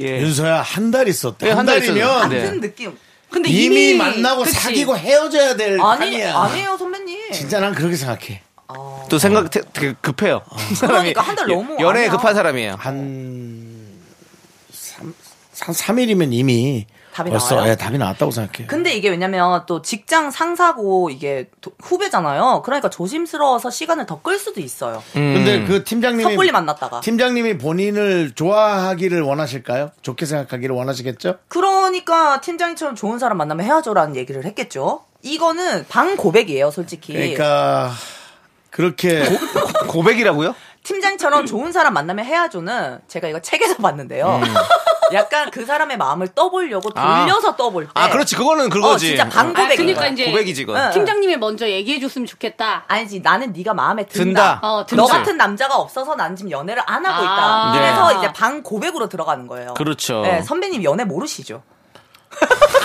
Speaker 2: 예.
Speaker 1: 윤서야 한 달 있었대.
Speaker 2: 예,
Speaker 1: 한
Speaker 2: 한달 있었어요.
Speaker 1: 달이면
Speaker 2: 네.
Speaker 9: 같은 느낌.
Speaker 8: 근데
Speaker 1: 이미 만나고
Speaker 8: 그치.
Speaker 1: 사귀고 헤어져야 될
Speaker 9: 아니,
Speaker 1: 판이야.
Speaker 9: 아니에요, 선배님.
Speaker 1: 진짜 난 그렇게 생각해.
Speaker 2: 또 생각 되- 되게 급해요. 사람이
Speaker 9: 그러니까 한달 너무
Speaker 2: 연애에
Speaker 9: 아니야.
Speaker 2: 급한 사람이에요.
Speaker 1: 한 3, 한 3일이면 이미
Speaker 9: 답이
Speaker 1: 벌써
Speaker 9: 나와요?
Speaker 1: 예, 답이 나왔다고 생각해.
Speaker 9: 근데 이게 왜냐면 또 직장 상사고 이게 도- 후배잖아요. 그러니까 조심스러워서 시간을 더 끌 수도 있어요.
Speaker 2: 음.
Speaker 1: 근데 그 팀장님이
Speaker 9: 섣불리 만났다가.
Speaker 1: 팀장님이 본인을 좋아하기를 원하실까요? 좋게 생각하기를 원하시겠죠?
Speaker 9: 그러니까 팀장님처럼 좋은 사람 만나면 헤어져라는 얘기를 했겠죠. 이거는 방 고백이에요, 솔직히.
Speaker 1: 그러니까 그렇게
Speaker 2: 고백이라고요?
Speaker 9: 팀장처럼 좋은 사람 만나면 해야죠는 제가 이거 책에서 봤는데요. [laughs] 약간 그 사람의 마음을 떠보려고
Speaker 2: 음. 아.
Speaker 9: 돌려서 떠볼 때.
Speaker 2: 아, 그렇지. 그거는
Speaker 9: 어,
Speaker 2: 그거지.
Speaker 9: 진짜 방
Speaker 8: 아,
Speaker 9: 고백인
Speaker 8: 그러니까
Speaker 9: 거야.
Speaker 8: 이제
Speaker 2: 고백이지, 그건.
Speaker 8: 팀장님이 먼저 얘기해 줬으면 좋겠다.
Speaker 9: 아니지 나는 네가 마음에 든다.
Speaker 2: 든다.
Speaker 8: 어,
Speaker 9: 너
Speaker 8: 든다.
Speaker 9: 같은 남자가 없어서 난 지금 연애를 안 하고 있다.
Speaker 8: 아.
Speaker 9: 그래서
Speaker 8: 네.
Speaker 9: 이제 방 고백으로 들어가는 거예요.
Speaker 2: 그렇죠.
Speaker 9: 네, 선배님 연애 모르시죠?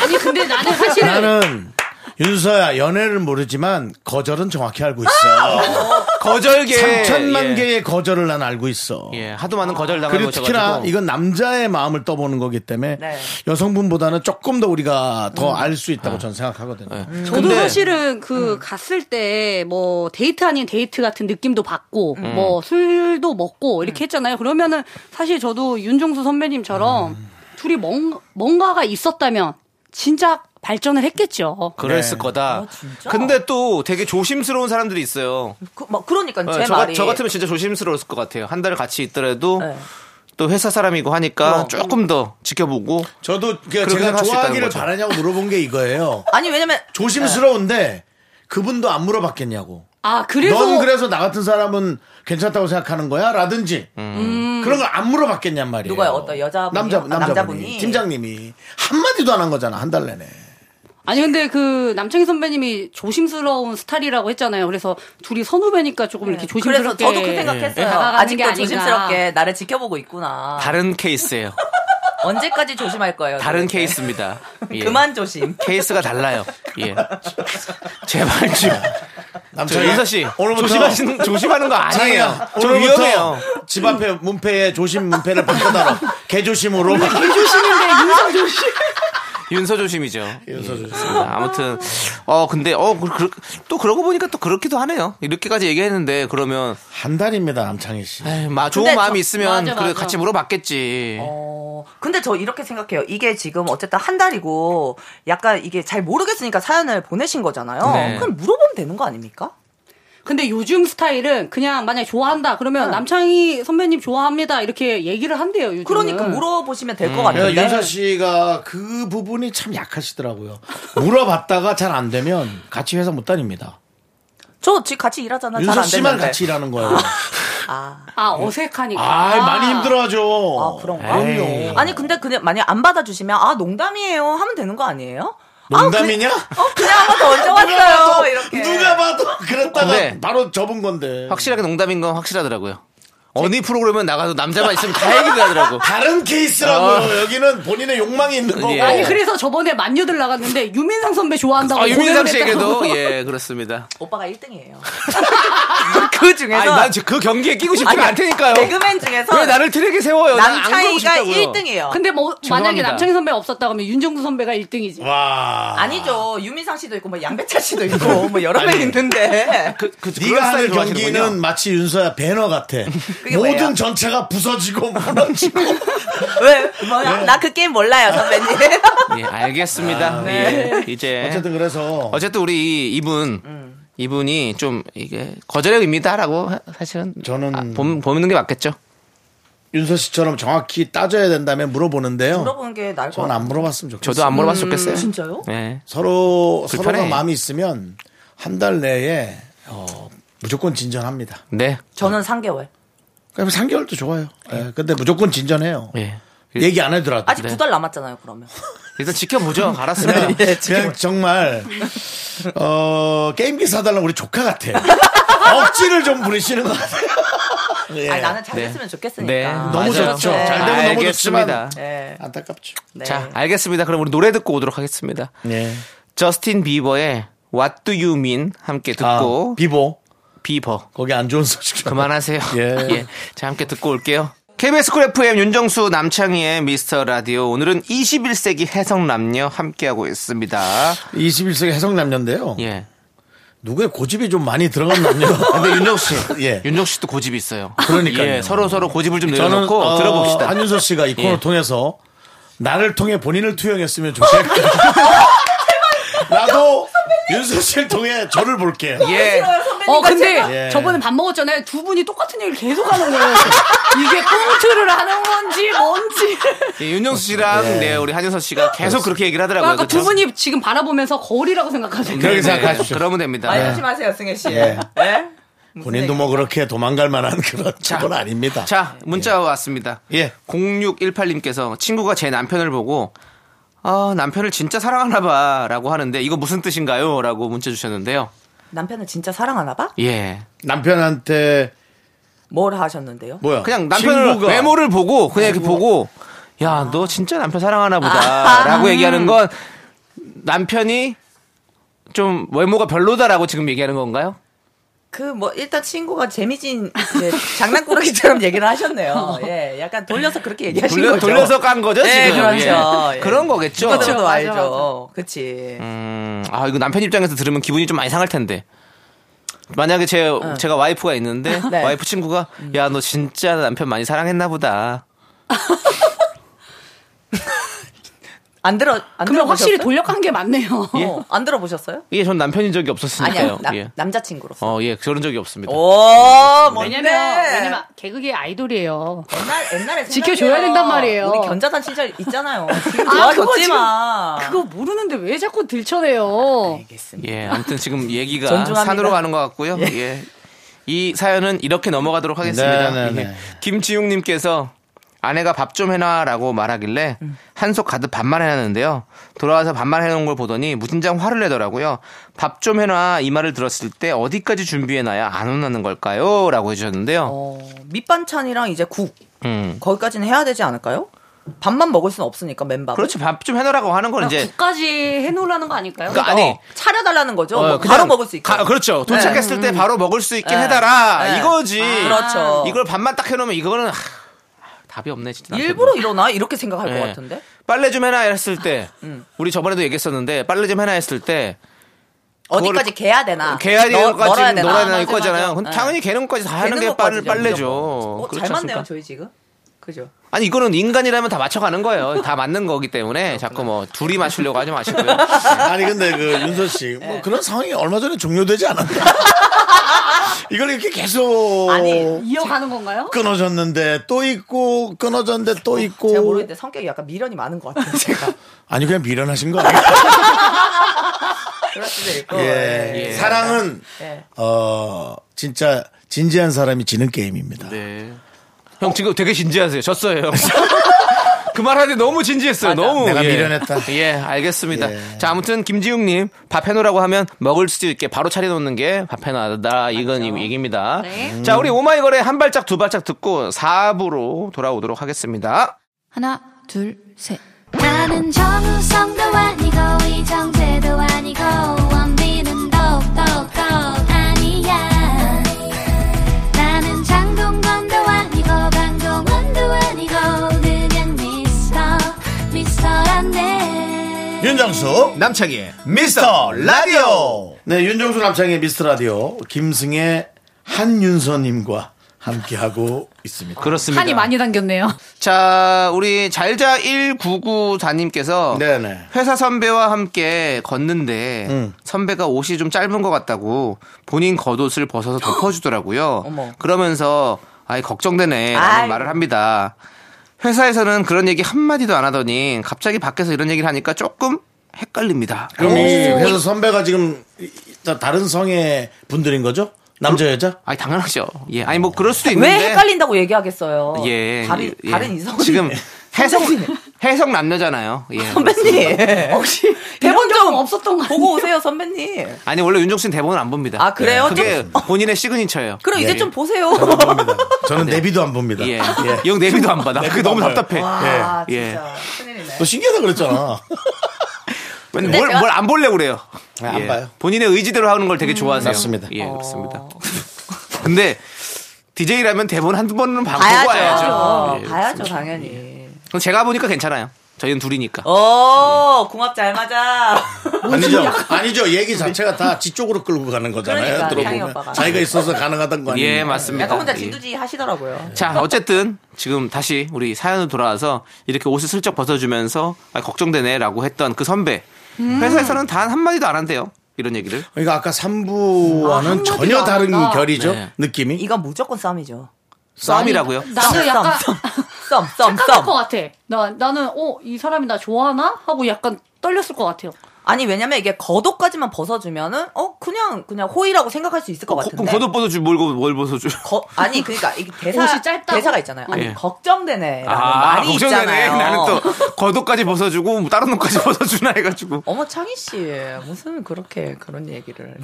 Speaker 8: 아니 근데 나는 사실은
Speaker 1: 나는 윤서야 연애를 모르지만 거절은 정확히 알고 있어.
Speaker 2: 아! 거절계.
Speaker 1: 3천만
Speaker 2: 예.
Speaker 1: 개의 거절을 난 알고 있어.
Speaker 2: 예, 하도 많은 거절 당하는
Speaker 1: 아, 그리고 특히나
Speaker 2: 거셔가지고.
Speaker 1: 이건 남자의 마음을 떠보는 거기 때문에
Speaker 9: 네.
Speaker 1: 여성분보다는 조금 더 우리가 더
Speaker 2: 음.
Speaker 1: 알 수
Speaker 2: 아.
Speaker 1: 있다고 저는 생각하거든요.
Speaker 2: 예.
Speaker 8: 저도 사실은 그 갔을 때 뭐 데이트 아닌 데이트 같은 느낌도 받고 뭐 술도 먹고 이렇게 했잖아요. 그러면은 사실 저도 윤종수 선배님처럼 둘이 뭔, 뭔가가 있었다면 진짜 발전을 했겠죠.
Speaker 2: 그랬을 거다.
Speaker 9: 아, 진짜?
Speaker 2: 근데 또 되게 조심스러운 사람들이 있어요.
Speaker 9: 그, 뭐 그러니까 제
Speaker 2: 어, 저,
Speaker 9: 말이.
Speaker 2: 같- 저 같으면 진짜 조심스러웠을 것 같아요. 한 달을 같이 있더라도
Speaker 9: 네.
Speaker 2: 또 회사 사람이고 하니까 조금 더 지켜보고
Speaker 1: 저도 그 제가
Speaker 2: 그렇게 생각할 수 있다는
Speaker 1: 좋아하기를
Speaker 2: 거죠.
Speaker 1: 바라냐고 물어본 게 이거예요.
Speaker 9: 아니 왜냐면
Speaker 1: 조심스러운데 그분도 안 물어봤겠냐고.
Speaker 8: 아 그래서
Speaker 1: 넌 그래서 나 같은 사람은 괜찮다고 생각하는 거야? 라든지 그런 걸 안 물어봤겠냔 말이에요.
Speaker 9: 음. 누가요? 어떤 여자분이요?
Speaker 1: 남자,
Speaker 9: 아,
Speaker 1: 남자분이,
Speaker 9: 남자분이?
Speaker 1: 팀장님이 한마디도 안 한 거잖아 한 달 내내.
Speaker 8: 아니 근데 그 남창희 선배님이 조심스러운 스타일이라고 했잖아요. 그래서 둘이 선후배니까 조금 이렇게 조심스럽게 예.
Speaker 9: 그래서 저도 그 생각했어요.
Speaker 8: 다가가는 게
Speaker 9: 아직도
Speaker 8: 아닌가.
Speaker 9: 조심스럽게 나를 지켜보고 있구나.
Speaker 2: 다른 케이스예요.
Speaker 9: 언제까지 조심할 거예요?
Speaker 2: 다른
Speaker 9: 도대체?
Speaker 2: 케이스입니다. 예.
Speaker 9: 네. 그만 조심.
Speaker 2: 케이스가 달라요. 예. 제발 좀. 저
Speaker 1: 남창희
Speaker 2: 윤서 씨
Speaker 1: 오늘부터
Speaker 2: 조심하시는 조심하는 거 아니에요.
Speaker 1: 창희야
Speaker 2: 좀
Speaker 1: 오늘부터
Speaker 2: 위험해요.
Speaker 1: 집 앞에 문패에 조심 문패를
Speaker 2: [laughs]
Speaker 1: 바꿔달라. 개조심으로.
Speaker 2: 윤서 조심이죠. 윤서 조심. 아무튼 어 근데 어 또 그러고 보니까 또 그렇기도 하네요. 이렇게까지 얘기했는데 그러면
Speaker 1: 한 달입니다 남창희 씨.
Speaker 2: 에이, 마 좋은
Speaker 9: 근데
Speaker 2: 마음이
Speaker 9: 저-
Speaker 2: 있으면
Speaker 8: 맞아,
Speaker 2: 그래
Speaker 8: 맞아.
Speaker 2: 같이
Speaker 1: 예.
Speaker 2: 물어봤겠지.
Speaker 9: 어, 근데 저 이렇게 생각해요. 이게 지금 어쨌든 한 달이고 약간 이게 잘 모르겠으니까 사연을 보내신 거잖아요.
Speaker 2: 네.
Speaker 9: 그럼 물어보면 되는 거 아닙니까?
Speaker 8: 근데 요즘 스타일은 그냥 만약에 좋아한다 그러면 남창희 선배님 좋아합니다 이렇게 얘기를 한대요. 요즘
Speaker 9: 그러니까 물어보시면 될 것
Speaker 1: 그래서
Speaker 9: 같은데.
Speaker 1: 네. 윤서 씨가 그 부분이 참 약하시더라고요. 물어봤다가 잘 안 되면 같이 회사 못 다닙니다.
Speaker 9: 저 지금 같이 일하잖아. 잘
Speaker 1: 윤서
Speaker 9: 안
Speaker 1: 씨만
Speaker 9: 되는데.
Speaker 1: 같이 일하는
Speaker 9: [laughs]
Speaker 1: 거예요.
Speaker 9: 아,
Speaker 8: 아 어색하니까.
Speaker 1: 아, 많이 힘들어하죠.
Speaker 9: 아, 그런가?
Speaker 1: 에이.
Speaker 9: 아니 근데 그냥 만약 안 받아주시면 아 농담이에요 하면 되는 거 아니에요?
Speaker 1: 농담이냐?
Speaker 9: 아, 그, 어 그냥
Speaker 1: [laughs]
Speaker 9: 한번 던져왔어요 이렇게.
Speaker 1: 누가 봐도 그랬다가
Speaker 2: 근데
Speaker 1: 바로 접은 건데.
Speaker 2: 네. 확실하게 농담인 건 확실하더라고요. 어느 프로그램에 나가도 남자만 있으면 다 얘기를
Speaker 9: [laughs]
Speaker 2: 하더라고.
Speaker 1: 다른 케이스라고 여기는 본인의 욕망이 있는 거고.
Speaker 2: 아. 예.
Speaker 8: 아니 그래서 저번에 만녀들 나갔는데 유민상 선배 좋아한다고
Speaker 2: 아, 유민상
Speaker 8: 고백을
Speaker 2: 씨에게도
Speaker 8: 했다고.
Speaker 2: 예 그렇습니다.
Speaker 9: 오빠가 1등이에요. 그 중에서
Speaker 2: 아니 난 그 경기에 끼고 싶지 가 않다니까요.
Speaker 9: 개그맨 중에서
Speaker 2: 왜 나를 트랙에 세워요? 난안 가고
Speaker 9: 남창희가
Speaker 2: 싶다고요.
Speaker 8: [laughs]
Speaker 9: 1등이에요.
Speaker 8: 근데 뭐 만약에
Speaker 2: 죄송합니다.
Speaker 8: 남창희 선배가 없었다 그러면 윤정수 선배가 1등이지.
Speaker 1: 와.
Speaker 9: 아니죠. 유민상 씨도 있고 뭐
Speaker 1: [laughs]
Speaker 9: 양배차 씨도 있고 뭐 여러 명 있는데.
Speaker 2: 그, 그, 그런
Speaker 1: 네가 하는
Speaker 2: 스타일 좋아하시는군요.
Speaker 1: 경기는 마치 윤서야 배너
Speaker 2: [laughs]
Speaker 1: 같아. 모든
Speaker 9: 뭐예요?
Speaker 1: 전체가 부서지고 무너지고.
Speaker 9: 왜? 뭐야? 나 그 게임 몰라요,
Speaker 2: [laughs]
Speaker 9: 선배님.
Speaker 2: 예, 알겠습니다. 예, 이제
Speaker 1: 아, 네. 어쨌든 그래서
Speaker 2: 어쨌든 우리 이- 이분
Speaker 9: 음.
Speaker 2: 이분이 좀 이게 거절력입니다라고 사실은
Speaker 1: 저는-
Speaker 2: 아, 봄- 보는 게 맞겠죠.
Speaker 1: 윤서 씨처럼 정확히 따져야 된다면 물어보는데요.
Speaker 9: 물어보는 게 나을 것
Speaker 1: 저는
Speaker 9: 같아요.
Speaker 1: 안 물어봤으면 좋겠어요.
Speaker 2: 저도 안 물어봤으면 좋겠어요.
Speaker 9: 음, 진짜요?
Speaker 2: 예.
Speaker 1: 서로 서로가
Speaker 2: 불편해.
Speaker 1: 마음이 있으면 한 달 내에 어, 무조건 진전합니다.
Speaker 2: 네.
Speaker 9: 저는 3개월.
Speaker 1: 그럼 3개월도 좋아요. 예, 근데 무조건 진전해요.
Speaker 2: 예.
Speaker 1: 얘기 안 해더라도.
Speaker 2: 네.
Speaker 9: 아직 두 달 남았잖아요, 그러면.
Speaker 2: 일단 지켜보죠. 알았습니다.
Speaker 1: 그냥, 그냥 정말 어, 게임기 사달라고 우리 조카 같아. [laughs] 억지를 좀 부리시는 것 같아요. 예.
Speaker 9: 아니, 나는 잘
Speaker 2: 네.
Speaker 9: 됐으면
Speaker 2: 네.
Speaker 9: 좋겠으니까.
Speaker 1: 너무
Speaker 2: 맞아요.
Speaker 1: 좋죠.
Speaker 9: 네.
Speaker 1: 잘 되면 너무
Speaker 2: 알겠습니다.
Speaker 1: 좋지만
Speaker 9: 네.
Speaker 1: 안타깝죠.
Speaker 9: 네.
Speaker 2: 자, 알겠습니다. 그럼 우리 노래 듣고 오도록 하겠습니다.
Speaker 1: 예.
Speaker 2: 저스틴 비버의 What Do You Mean 함께 듣고
Speaker 1: 아, 비보
Speaker 2: 비버
Speaker 1: 거기 안 좋은 소식 좀.
Speaker 2: 그만하세요.
Speaker 1: [laughs] 예.
Speaker 2: 예. 자, 함께 듣고 올게요. KBS 쿨 FM 윤정수 남창희의 미스터 라디오 오늘은 21세기 해성남녀 함께하고 있습니다.
Speaker 1: 21세기 해성 남녀인데요.
Speaker 2: 예.
Speaker 1: 누구의 고집이 좀 많이 들어간 남녀.
Speaker 2: [laughs] 근데 윤정수
Speaker 1: [laughs]
Speaker 2: 씨,
Speaker 1: 예.
Speaker 2: 윤정수 씨도 고집이 있어요.
Speaker 1: 그러니까요.
Speaker 2: 예, 서로 서로 고집을 좀 내려놓고
Speaker 1: 어,
Speaker 2: 들어봅시다.
Speaker 1: 한윤서 씨가 이 코너를 [laughs]
Speaker 2: 예. [laughs]
Speaker 1: 통해서 나를 통해 본인을 투영했으면 좋겠다. 나도 윤서실 통해 저를 볼게요.
Speaker 2: 예.
Speaker 8: 어 근데
Speaker 1: 예.
Speaker 8: 저번에 밥 먹었잖아요. 두 분이 똑같은 얘기를 계속 하는 거예요. [laughs] 이게 꽁트를 하는 건지 뭔지.
Speaker 2: 예, 윤정수 씨랑 네, 우리 한윤서 씨가 계속 그렇게 얘기를 하더라고요.
Speaker 8: 아까 그러니까 두
Speaker 2: 그렇죠?
Speaker 8: 분이 지금 바라보면서 거울이라고 생각하세요.
Speaker 1: 그렇게
Speaker 2: 네,
Speaker 1: 생각하십시오.
Speaker 2: 그러면 됩니다. 네.
Speaker 9: 아, 조심하세요, 승혜 씨.
Speaker 1: 예.
Speaker 9: 예?
Speaker 1: 본인도 뭐 그렇게 도망갈
Speaker 2: [laughs]
Speaker 1: 만한 그런
Speaker 2: 자.
Speaker 1: 건 아닙니다.
Speaker 2: 자, 문자 왔습니다.
Speaker 1: 예.
Speaker 2: 0618님께서 친구가 제 남편을 보고 아, 남편을 진짜 사랑하나 봐 라고 하는데 이거 무슨 뜻인가요? 라고 문자 주셨는데요.
Speaker 9: 남편을 진짜 사랑하나 봐?
Speaker 2: 예.
Speaker 1: 남편한테
Speaker 9: 뭘 하셨는데요?
Speaker 1: 뭐야?
Speaker 2: 그냥 남편을
Speaker 1: 친구가
Speaker 2: 외모를 보고 그냥 이렇게 보고 야 너 진짜 남편 사랑하나 보다라고 얘기하는 건 남편이 좀 외모가 별로다라고 지금 얘기하는 건가요?
Speaker 9: 그 뭐 일단 친구가 재미진 이제 장난꾸러기처럼 얘기를 [laughs] 하셨네요. 예, 약간 돌려서 그렇게 얘기하신
Speaker 2: 돌려,
Speaker 9: 거죠.
Speaker 2: 돌려서 깐 거죠
Speaker 9: 네,
Speaker 2: 지금?
Speaker 9: 그렇죠.
Speaker 2: 예.
Speaker 9: 예.
Speaker 2: 그런 거겠죠.
Speaker 9: 누가 들어도
Speaker 8: 맞아,
Speaker 9: 알죠. 그치.
Speaker 2: 음, 아 이거 남편 입장에서 들으면 기분이 좀 많이 상할 텐데. 만약에 제 제가 와이프가 있는데
Speaker 9: [laughs] 네.
Speaker 2: 와이프 친구가 야 너 진짜 남편 많이 사랑했나 보다.
Speaker 9: 안 들어, 안
Speaker 8: 그러면 확실히
Speaker 9: 들어보셨어요?
Speaker 8: 돌려간 게 맞네요.
Speaker 9: 어, 안 들어보셨어요?
Speaker 2: 예, 전 남편인 적이
Speaker 9: 아니요.
Speaker 2: 없었으니까요.
Speaker 9: 남,
Speaker 2: 예.
Speaker 9: 남자친구로서.
Speaker 2: 어, 예, 그런 적이 없습니다.
Speaker 9: 오, 뭔데?
Speaker 8: 왜냐면
Speaker 9: 네.
Speaker 8: 왜냐면 개그계 아이돌이에요.
Speaker 9: 옛날, 옛날에
Speaker 8: 지켜줘야
Speaker 9: 생각해요.
Speaker 8: 된단 말이에요.
Speaker 9: 우리 견자단 진짜 있잖아요. 지금
Speaker 8: [laughs] 아, 그거 지금-
Speaker 9: 좋아졌지만.
Speaker 8: 그거 모르는데 왜 자꾸 들쳐내요?
Speaker 9: 알겠습니다.
Speaker 2: 예, 아무튼 지금 얘기가
Speaker 9: 존중합니다.
Speaker 2: 산으로 가는 것 같고요. 예. 이 사연은 이렇게 넘어가도록 하겠습니다.
Speaker 1: 네, 네,
Speaker 2: 예.
Speaker 1: 네.
Speaker 2: 김지웅님께서 아내가 밥 좀 해놔라고 말하길래
Speaker 9: 음.
Speaker 2: 한솥 가득 밥만 해놨는데요. 돌아와서 밥만 해놓은 걸 보더니 무진장 화를 내더라고요. 밥 좀 해놔 이 말을 들었을 때 어디까지 준비해놔야 안 혼나는 걸까요? 라고 해주셨는데요.
Speaker 9: 어, 밑반찬이랑 이제 국.
Speaker 2: 음.
Speaker 9: 거기까지는 해야 되지 않을까요? 밥만 먹을 수는 없으니까 맨밥.
Speaker 2: 그렇지, 밥 좀 해놓으라고 하는
Speaker 9: 아,
Speaker 2: 건 아, 이제.
Speaker 8: 국까지 해놓으라는 거 아닐까요?
Speaker 9: 어.
Speaker 2: 그러니까 아니.
Speaker 9: 차려달라는 거죠.
Speaker 2: 어,
Speaker 9: 뭐
Speaker 2: 그냥
Speaker 9: 바로 먹을 수 있게.
Speaker 2: 가- 그렇죠. 도착했을 때 바로 먹을 수 있게
Speaker 9: 네.
Speaker 2: 해달라.
Speaker 9: 네.
Speaker 2: 이거지.
Speaker 9: 그렇죠.
Speaker 2: 이걸 밥만 딱 해놓으면 이거는 하, 답이 없네 진짜. 남편은.
Speaker 9: 일부러 이러나? 이렇게 생각할
Speaker 2: 예.
Speaker 9: 것 같은데?
Speaker 2: 빨래 좀 해놔 했을 때
Speaker 9: 아, 음.
Speaker 2: 우리 저번에도 얘기했었는데 빨래 좀 해놔 했을 때
Speaker 9: 어디까지 개야 되나?
Speaker 2: 개아리까지
Speaker 9: 널-
Speaker 2: 놀아야 되나
Speaker 9: 맞아,
Speaker 2: 이거
Speaker 9: 맞아.
Speaker 2: 거잖아요. 그럼
Speaker 9: 예.
Speaker 2: 당연히 개는까지 다 하는
Speaker 9: 개는
Speaker 2: 게 빨,
Speaker 9: 것까지죠,
Speaker 2: 빨래죠.
Speaker 9: 무조건. 어,
Speaker 2: 그렇지
Speaker 9: 잘
Speaker 2: 않습니까?
Speaker 9: 맞네요, 저희 지금. 그죠?
Speaker 2: 아니 이거는 인간이라면 다 맞춰가는 거예요. 다 맞는 거기 때문에 자꾸 뭐 둘이 맞추려고 하지 마시고요.
Speaker 1: [laughs] 아니 근데 그
Speaker 2: [laughs]
Speaker 1: 윤서 씨
Speaker 2: 네.
Speaker 1: 뭐 그런 상황이 얼마 전에 종료되지 않았나? 이걸 이렇게 계속
Speaker 8: 아니 이어가는 건가요?
Speaker 1: 그 끊어졌는데 또 있고 끊어졌는데
Speaker 2: 뭐,
Speaker 1: 또 있고
Speaker 9: 제가 모르겠는데 성격이 약간 미련이 많은 것 같아요,
Speaker 2: [laughs]
Speaker 9: 제가.
Speaker 1: 아니 그냥 미련하신 거 아니에요?
Speaker 9: 그럴 수도 있고.
Speaker 1: 예. 사랑은
Speaker 9: 예.
Speaker 1: 어 진짜 진지한 사람이 지는 게임입니다.
Speaker 2: 네. 형 지금 되게 진지하세요. 졌어요. 형. [laughs] 그 말하는데 너무 진지했어요. 너무
Speaker 1: 내가
Speaker 2: 예.
Speaker 1: 미련했다.
Speaker 2: [laughs] 예, 알겠습니다.
Speaker 1: 예.
Speaker 2: 자, 아무튼 김지웅님 밥 해놓으라고 하면 먹을 수 있게 바로 차려놓는 게 밥 해놔다 이건 이 얘기입니다.
Speaker 8: 네.
Speaker 2: 자, 우리 오마이걸의 한 발짝 두 발짝 듣고 4부로 돌아오도록 하겠습니다.
Speaker 8: 하나 둘 셋.
Speaker 5: 나는 정우성도 아니고 이정재도 아니고 원빈은 더욱더 아니야 나는 장동건도 아니고 강동원도 아니고 그냥 미스터 미스터란데
Speaker 1: 예, 윤정수 남창희 미스터 라디오. 네 윤정수 남창희 미스터 라디오 김승혜 한윤서님과 함께하고 있습니다.
Speaker 2: 그렇습니다.
Speaker 8: 한이 많이 당겼네요.
Speaker 2: 자, 우리 잘자 1994님께서
Speaker 1: 네네.
Speaker 2: 회사 선배와 함께 걷는데 선배가 옷이 좀 짧은 것 같다고 본인 겉옷을 벗어서 덮어주더라고요.
Speaker 9: [gasps] 어머.
Speaker 2: 그러면서 아이 걱정되네
Speaker 9: 아이.
Speaker 2: 라는 말을 합니다. 회사에서는 그런 얘기 한마디도 안 하더니 갑자기 밖에서 이런 얘기를 하니까 조금 헷갈립니다.
Speaker 1: 어,
Speaker 2: 어.
Speaker 1: 그럼 이 회사 선배가 지금 이- 이- 다른 성의 분들인 거죠? 남자 여자?
Speaker 2: 아이 당연하죠. 예. 아니 뭐 그럴 수도 있는데
Speaker 9: 왜 헷갈린다고 얘기하겠어요?
Speaker 2: 예.
Speaker 9: 다른,
Speaker 2: 예.
Speaker 9: 다른 이성 [laughs]
Speaker 2: 지금 해석 해석 남녀잖아요. 예.
Speaker 9: 선배님. 네, 혹시 대본
Speaker 8: 경험
Speaker 9: 좀
Speaker 8: 없었던 거
Speaker 9: 보고 오세요, 선배님.
Speaker 2: 아니 원래 윤종 씨는 대본을 안 봅니다. 예,
Speaker 9: 아, 그래요?
Speaker 2: 그게
Speaker 9: 좀-
Speaker 2: 본인의 시그니처예요.
Speaker 9: 그럼 이제
Speaker 2: 예.
Speaker 9: 좀 보세요.
Speaker 1: 봅니다. 저는 내비도 안 봅니다.
Speaker 2: 아, 예. 이 형 내비도 안 받아. 그게 너무
Speaker 1: 봐요.
Speaker 2: 답답해.
Speaker 9: 아,
Speaker 2: 예.
Speaker 9: 진짜. 큰일이네.
Speaker 1: 너뭐 신기하다 그랬잖아.
Speaker 2: 뭘안 보려고 그래요. 예.
Speaker 1: 아, 안 봐요. 음,
Speaker 2: 본인의 의지대로 하는 걸 되게 좋아하세요.
Speaker 1: 맞습니다.
Speaker 9: 어.
Speaker 2: 예, 그렇습니다. [laughs] 근데 DJ라면 대본 한두 번은 봐- 보고 와야죠.
Speaker 9: 봐야죠.
Speaker 2: 예.
Speaker 9: 봐야죠, 당연히.
Speaker 2: 그럼 제가 보니까 괜찮아요. 저희는 둘이니까. 예.
Speaker 9: 어, 궁합 잘
Speaker 2: [laughs]
Speaker 9: 맞아.
Speaker 1: 아니죠. 아니죠. 얘기 자체가 다 지 쪽으로 끌고 가는 거잖아요.
Speaker 9: 그러니까,
Speaker 1: 들어보면.
Speaker 9: 양희 오빠가.
Speaker 1: 자기가 있어서 가능하단 거 아니에요?
Speaker 2: 예, 맞습니다.
Speaker 9: 약간 혼자
Speaker 2: 예.
Speaker 9: 진두지 하시더라고요.
Speaker 2: 자, 어쨌든 지금 다시 우리 사연으로 돌아와서 이렇게 옷을 슬쩍 벗어주면서 아, 걱정되네라고 했던 그 선배.
Speaker 9: 음.
Speaker 2: 회사에서는 단 한마디도 안 한대요. 이런 얘기를.
Speaker 1: 그러니까 아까 3부와는
Speaker 9: 한마디도
Speaker 1: 전혀
Speaker 9: 안
Speaker 1: 다른
Speaker 9: 아, 한다.
Speaker 1: 결이죠.
Speaker 2: 네.
Speaker 1: 느낌이.
Speaker 9: 이건 무조건 썸이죠.
Speaker 2: 싸움이라고요.
Speaker 8: 나도 약간
Speaker 9: 썸, 썸,
Speaker 8: 착각할 것
Speaker 9: 썸.
Speaker 8: 같아. 나 나는 어 이 사람이 나 좋아하나 하고 약간 떨렸을 것 같아요.
Speaker 9: 아니 왜냐면 이게 겉옷까지만 벗어주면은 어 그냥 그냥 호의라고 생각할 수 있을 것 같은데.
Speaker 2: 그럼 겉옷 벗어주 몰고 뭘 벗어주.
Speaker 9: 거- 아니 그러니까 이게 대사
Speaker 8: 옷이 짧다고?
Speaker 9: 대사가 있잖아요. 아니
Speaker 2: 예.
Speaker 9: 걱정되네라는
Speaker 2: 아,
Speaker 9: 말이
Speaker 2: 걱정되네. [laughs]
Speaker 9: 있잖아요.
Speaker 2: 나는 또 겉옷까지 벗어주고 뭐 다른 옷까지 [laughs] 벗어주나 해가지고.
Speaker 9: 어머 창희 씨 무슨 그렇게 그런 얘기를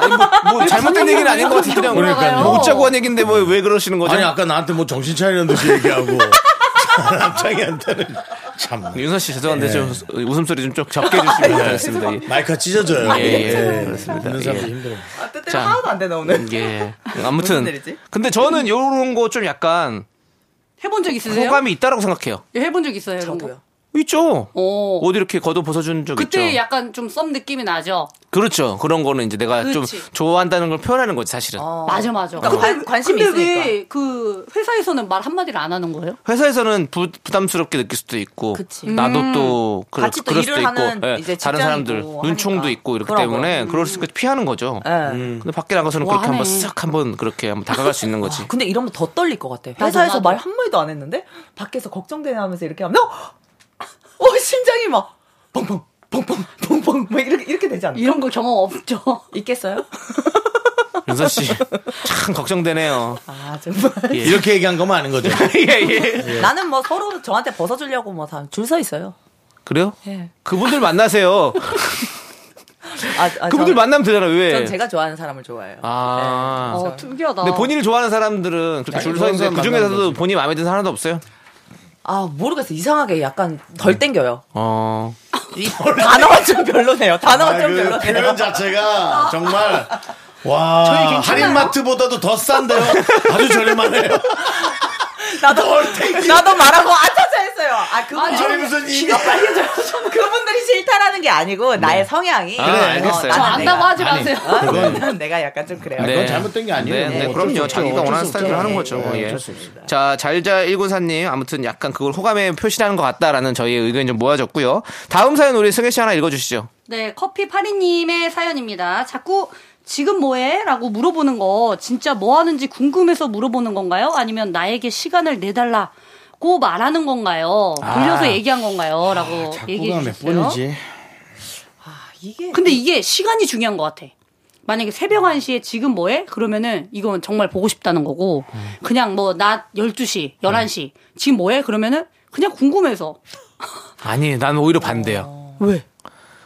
Speaker 2: 아니, 뭐, 뭐 잘못된 얘기는 아닌 것 같은데 그냥
Speaker 8: 그러니까요.
Speaker 2: 웃자고 한 얘기인데 뭐 왜 그러시는 거죠?
Speaker 1: 아니 아까 나한테 뭐 정신 차리는 듯이 얘기하고 남창이한테는 참 네,
Speaker 2: 윤선 씨 죄송한데 좀 웃음소리 좀 좀 적게 해주시면 좋겠습니다. [laughs] 예.
Speaker 1: 마이크가 찢어져요.
Speaker 2: 예, 예, 그렇습니다.
Speaker 1: 듣는 사람이
Speaker 2: 예.
Speaker 1: 힘들어.
Speaker 9: [laughs] 아, 뜻대로
Speaker 2: 자.
Speaker 9: 하나도 안 되나 오늘.
Speaker 2: 예.
Speaker 9: 무슨
Speaker 2: 아무튼
Speaker 9: 일이지?
Speaker 2: 근데 저는 요런 거 좀 약간
Speaker 8: 해본 적 있으세요?
Speaker 2: 호감이 있다라고 생각해요.
Speaker 8: 예, 해본 적 있어요. 이런 거.
Speaker 9: 저도요. 아,
Speaker 2: 있죠.
Speaker 8: 오.
Speaker 2: 옷 이렇게 겉옷 벗어준 적
Speaker 8: 그때
Speaker 2: 있죠.
Speaker 8: 약간 좀 썸 느낌이 나죠.
Speaker 2: 그렇죠. 그런 거는 이제 내가 좀
Speaker 8: 그렇지.
Speaker 2: 좋아한다는 걸 표현하는 거지
Speaker 8: 어.
Speaker 2: 사실은.
Speaker 8: 맞아 맞아.
Speaker 9: 관- 관심이 있으니까.
Speaker 8: 왜그 회사에서는 말 한마디를 안 하는 거예요?
Speaker 2: 회사에서는 부, 부담스럽게 느낄 수도 있고
Speaker 9: 그치. 음.
Speaker 2: 나도 또 그,
Speaker 9: 같이 또
Speaker 2: 럴 수도
Speaker 9: 일을 하는
Speaker 2: 있고 예,
Speaker 9: 이제
Speaker 2: 다른
Speaker 9: 직장이고
Speaker 2: 사람들
Speaker 9: 하니까.
Speaker 2: 눈총도 있고 이렇기
Speaker 9: 그러고. 음.
Speaker 2: 때문에 그럴 수 있으니까 피하는 거죠. 음.
Speaker 9: 예. 뭐
Speaker 2: 근데 밖에 나가서는 그렇게
Speaker 8: 와,
Speaker 2: 한번
Speaker 8: 하네.
Speaker 2: 싹 한번 그렇게 한번 다가갈 수 있는
Speaker 9: [laughs]
Speaker 2: 거지.
Speaker 9: 근데 이런 거 더 떨릴 것 같아. 회사에서
Speaker 8: 나도.
Speaker 9: 말 한마디도 안 했는데 밖에서 걱정되네 하면서 이렇게 하면 어! 어 심장이 막 펑펑 펑펑 펑펑 막 이렇게 이렇게 되지 않나?
Speaker 8: 이런 거 경험 없죠.
Speaker 9: 있겠어요?
Speaker 2: 윤서 씨 참 걱정되네요.
Speaker 9: 아 정말. [laughs]
Speaker 2: 예.
Speaker 1: 이렇게 얘기한 거만 아는 거죠.
Speaker 2: 예, 예.
Speaker 9: 나는 뭐 서로 저한테 벗어주려고 뭐 다 줄 서 있어요.
Speaker 2: 그래요?
Speaker 9: 예.
Speaker 2: 그분들 만나세요.
Speaker 9: 아, 아,
Speaker 2: 그분들
Speaker 9: 저는-
Speaker 2: 만나면 되잖아요. 왜?
Speaker 9: 전 제가 좋아하는 사람을 좋아해요.
Speaker 2: 아.
Speaker 8: 어, 특이하다.
Speaker 2: 근데 본인을 좋아하는 사람들은 그렇게
Speaker 9: 네.
Speaker 1: 아니,
Speaker 2: 줄
Speaker 1: 그런
Speaker 2: 서 있는데
Speaker 1: 사람
Speaker 2: 그
Speaker 1: 만나는
Speaker 2: 중에서도
Speaker 1: 거지.
Speaker 2: 본인 마음에 드는 사람 하나도 없어요.
Speaker 9: 아 모르겠어 이상하게 약간 덜 [laughs] 땡겨요.
Speaker 2: 어.
Speaker 9: 이 단어가 좀 별로네요. 단어가
Speaker 1: 아,
Speaker 9: 좀
Speaker 1: 그
Speaker 9: 별로네요.
Speaker 1: 표현 자체가 정말 와
Speaker 8: 저희 괜찮아요?
Speaker 1: 할인마트보다도 더 싼데요. 아주 저렴하네요.
Speaker 9: 나도
Speaker 1: 덜 땡기-
Speaker 9: 나도 말하고 아차차했어요. 아 그분
Speaker 1: 아니 무슨 이거
Speaker 9: [laughs] 그분들이 싫다라는 게 아니고 나의 성향이.
Speaker 2: 네. 아, 알겠어요.
Speaker 9: 어,
Speaker 8: 저
Speaker 9: 나는
Speaker 8: 안다고
Speaker 9: 내가,
Speaker 8: 하지 마세요.
Speaker 9: 어, 내가 약간 좀 그래요.
Speaker 1: 그건 잘못된 게 아니에요.
Speaker 2: 네, 네,
Speaker 1: 뭐 어쩔 수
Speaker 2: 그럼요.
Speaker 1: 없죠.
Speaker 2: 자기가
Speaker 1: 어쩔
Speaker 2: 원하는
Speaker 1: 수
Speaker 2: 스타일로
Speaker 1: 없죠.
Speaker 2: 하는 거죠.
Speaker 1: 네,
Speaker 2: 예.
Speaker 1: 어쩔 수 없습니다.
Speaker 2: 자, 잘자 1군사님 아무튼 약간 그걸 호감에 표시하는 것 같다라는 저희의 의견이 좀 모아졌고요. 다음 사연 우리 승혜 씨 하나 읽어주시죠.
Speaker 8: 네, 커피 파리님의 사연입니다. 자꾸 지금 뭐해? 라고 물어보는 거 진짜 뭐 하는지 궁금해서 물어보는 건가요? 아니면 나에게 시간을 내달라고 말하는 건가요? 돌려서 얘기한 건가요? 라고 얘기해
Speaker 1: 작고가 몇
Speaker 8: 주셨어요.
Speaker 1: 번이지?
Speaker 9: 이게
Speaker 8: 근데 이게 시간이 중요한 것 같아. 만약에 새벽 1시에 지금 뭐해? 그러면은 이건 정말 보고 싶다는 거고 그냥 뭐 낮 12시, 11시 지금 뭐해? 그러면은 그냥 궁금해서
Speaker 2: 아니, 난 오히려
Speaker 1: 어.
Speaker 2: 반대요.
Speaker 9: 왜?